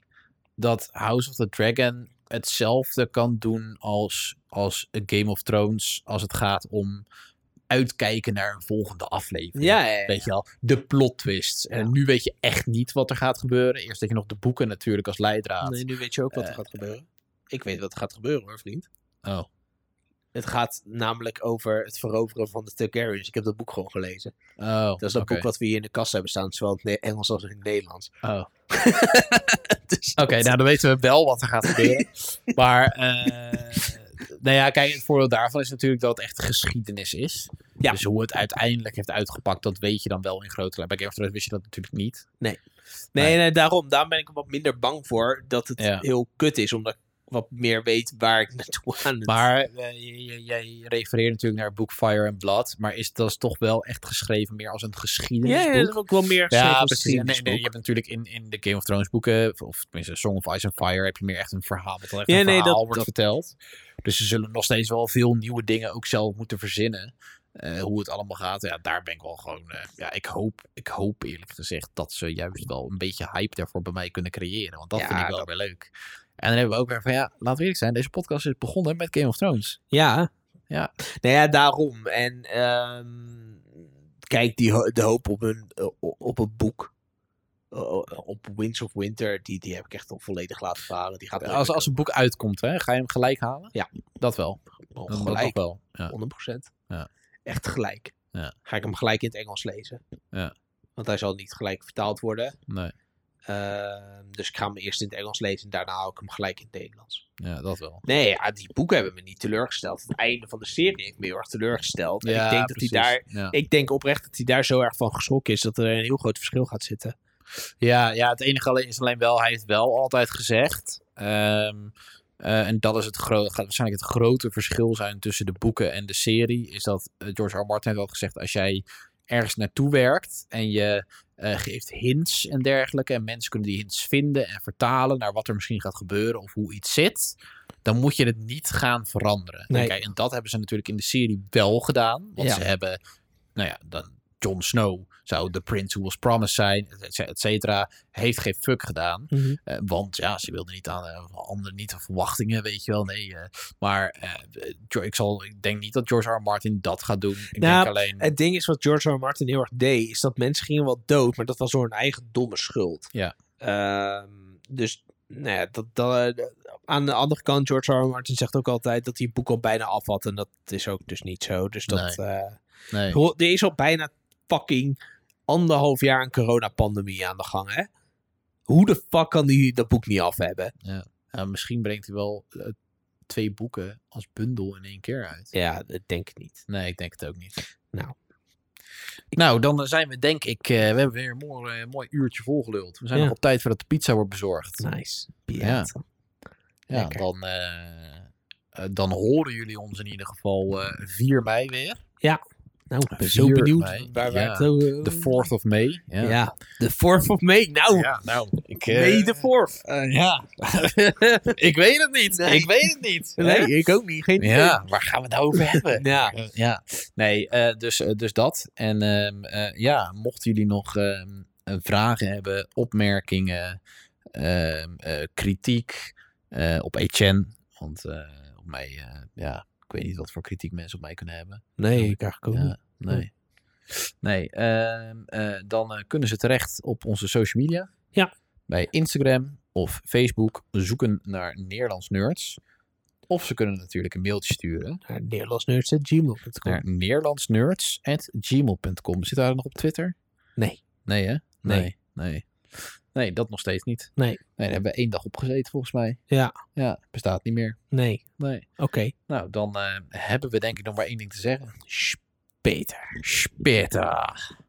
A: dat House of the Dragon hetzelfde kan doen als, als een Game of Thrones. Als het gaat om uitkijken naar een volgende aflevering.
B: ja, eh, ja, ja.
A: Weet je al, de plot twists.
B: Ja.
A: En nu weet je echt niet wat er gaat gebeuren. Eerst dat je nog de boeken natuurlijk als leidraad.
B: Nee, nu weet je ook wat er
A: Eh,
B: gaat gebeuren. Ik weet wat er gaat gebeuren hoor, vriend.
A: Oh.
B: Het gaat namelijk over het veroveren van de Targaryens. Ik heb dat boek gewoon gelezen.
A: Oh,
B: Dat is dat
A: oké.
B: boek wat we hier in de kast hebben staan, zowel in het Ne- Engels als in het Nederlands.
A: Oh.
B: [LAUGHS] Dus
A: Oké,
B: dat-
A: nou dan weten we wel wat er
B: [LAUGHS]
A: gaat gebeuren. maar, eh nou ja, kijk, het voordeel daarvan is natuurlijk dat het echt geschiedenis is.
B: Ja.
A: Dus hoe het uiteindelijk heeft uitgepakt, dat weet je dan wel in grote lijn. Bij Game of Thrones wist je dat natuurlijk niet.
B: Nee, nee, daarom. Daarom ben ik er wat minder bang voor dat het
A: Ja.
B: heel kut is, omdat ik wat meer weet waar ik naartoe aan het-
A: Maar eh, j- j- jij refereert natuurlijk naar het boek Fire and Blood. Maar is, dat is toch wel echt geschreven meer als een
B: Ja, Dus- ja,
A: geschiedenisboek?
B: dat is ook wel meer dus geschreven
A: Ja,
B: als
A: precies. En- en- en je
B: geschiedenisboek.
A: hebt natuurlijk in, in de Game of Thrones boeken, of tenminste Song of Ice and Fire, heb je meer echt een verhaal. Wat al echt
B: Ja,
A: een
B: nee, dat-
A: verhaal wordt
B: dat-
A: verteld. Dus ze zullen nog steeds wel veel nieuwe dingen ook zelf moeten verzinnen. eh, hoe het allemaal gaat. Ja, daar ben ik wel gewoon. eh, ja, ik hoop, ik hoop eerlijk gezegd dat ze juist wel een beetje hype daarvoor bij mij kunnen creëren. Want dat
B: Ja,
A: vind ik wel
B: dat-
A: weer leuk. En dan hebben we ook weer van ja, laten we eerlijk zijn. Deze podcast is begonnen met Game of Thrones.
B: Ja.
A: Ja.
B: Nou ja, daarom. En ehm, kijk, die ho- de hoop op een, eh, o- op een boek. eh, op Winds of Winter, die, die heb ik echt al volledig laten varen. Die gaat nooit
A: Als,
B: meer
A: als een boek uitkomt, hè, ga je hem gelijk halen?
B: Ja.
A: Dat wel.
B: komen.
A: Dat-
B: Gelijk.
A: Dat wel. Ja.
B: 100%.
A: Ja.
B: Echt gelijk.
A: Ja.
B: Ga ik hem gelijk in het Engels lezen.
A: Ja.
B: Want hij zal niet gelijk vertaald worden.
A: Nee.
B: Ehm, dus ik ga hem eerst in het Engels lezen en daarna hou ik hem gelijk in het Nederlands.
A: Ja, dat wel.
B: Nee, ja, die boeken hebben me niet teleurgesteld. Het einde van de serie heeft me heel erg teleurgesteld. En ik denk dat hij daar.
A: daar. Ja.
B: Ik denk oprecht dat hij daar zo erg van geschrokken is dat er een heel groot verschil gaat zitten.
A: Ja, ja, het enige alleen is alleen wel, hij heeft wel altijd gezegd. ehm, eh, en dat is het gro- gaat waarschijnlijk het grote verschil zijn tussen de boeken en de serie. Is dat eh, George R. R. Martin heeft al gezegd: als jij ergens naartoe werkt en je eh, geeft hints en dergelijke. En mensen kunnen die hints vinden en vertalen naar wat er misschien gaat gebeuren of hoe iets zit. Dan moet je het niet gaan veranderen.
B: Nee.
A: En, kijk, en dat hebben ze natuurlijk in de serie wel gedaan. Want
B: Ja.
A: ze hebben, nou ja, dan Jon Snow zou de Prince Who Was Promised zijn, et cetera. Heeft geen fuck gedaan. Eh, want ja, ze wilden niet aan eh, anderen niet aan verwachtingen, weet je wel. Nee, eh, maar eh, Jo- ik, zal, ik denk niet dat George R. R. Martin dat gaat doen. Ik
B: Nou,
A: denk alleen.
B: Het ding is wat George R. R. Martin heel erg deed, is dat mensen gingen wel dood, maar dat was door hun eigen domme schuld.
A: Ja.
B: Ehm, dus nou ja, dat, dat, eh, aan de andere kant, George R. R. Martin zegt ook altijd dat hij het boek al bijna af had. En dat is ook dus niet zo. Dus dat, eh,
A: nee.
B: Bro, er is al bijna fucking anderhalf jaar een coronapandemie aan de gang, hè? Hoe de fuck kan die dat boek niet af hebben?
A: Ja, Nou, misschien brengt hij wel eh, twee boeken als bundel in één keer uit.
B: Ja, dat denk ik niet.
A: Nee, ik denk het ook niet.
B: Nou.
A: Nou, dan eh, zijn we denk ik... eh, we hebben weer een mooi, eh, mooi uurtje volgeluld. We zijn
B: Ja.
A: nog op tijd voordat de pizza wordt bezorgd.
B: Nice.
A: Ja. Ja,
B: Piet. Lekker.
A: dan, eh, eh, dan horen jullie ons in ieder geval eh 4 mei weer.
B: Nou, ik ben zo
A: Vier
B: benieuwd
A: mei.
B: waar wij
A: Ja.
B: het over-
A: De 4th of May. Ja,
B: Ja, de 4th of May. Nou,
A: Ja, nou. Ik, eh,
B: May de 4th.
A: eh, ja. [LAUGHS] ik weet het niet.
B: Nee.
A: Ik weet het niet. Hè?
B: Nee, ik ook niet. Geen
A: Ja, waar gaan we het nou over hebben?
B: idee. Ja.
A: Eh, ja, nee, eh, dus, eh, dus dat. En ehm, eh, ja, mochten jullie nog ehm, eh, vragen hebben, opmerkingen, ehm, eh, kritiek eh, op Etienne. Want eh, op mij, eh, ja, ik weet niet wat voor kritiek mensen op mij kunnen hebben.
B: Nee, ik eigenlijk ook
A: Ja,
B: niet.
A: nee. Nee, ehm, eh, dan eh, kunnen ze terecht op onze social media.
B: Ja.
A: Bij Instagram of Facebook zoeken naar Nederlands Nerds. Of ze kunnen natuurlijk een mailtje sturen
B: Naar Nederlandsnerds.gmail.com.
A: naar neerlandsnerds.gmail.com. Zit daar nog op Twitter?
B: Nee.
A: Nee, hè?
B: Nee.
A: Nee. Nee, nee dat nog steeds niet.
B: Nee.
A: Nee, daar hebben we één dag op gezeten volgens mij.
B: Ja.
A: Ja, bestaat niet meer.
B: Nee.
A: Nee.
B: Oké.
A: Nou, dan eh, hebben we denk ik nog maar één ding te zeggen.
B: Speter.
A: Spitter.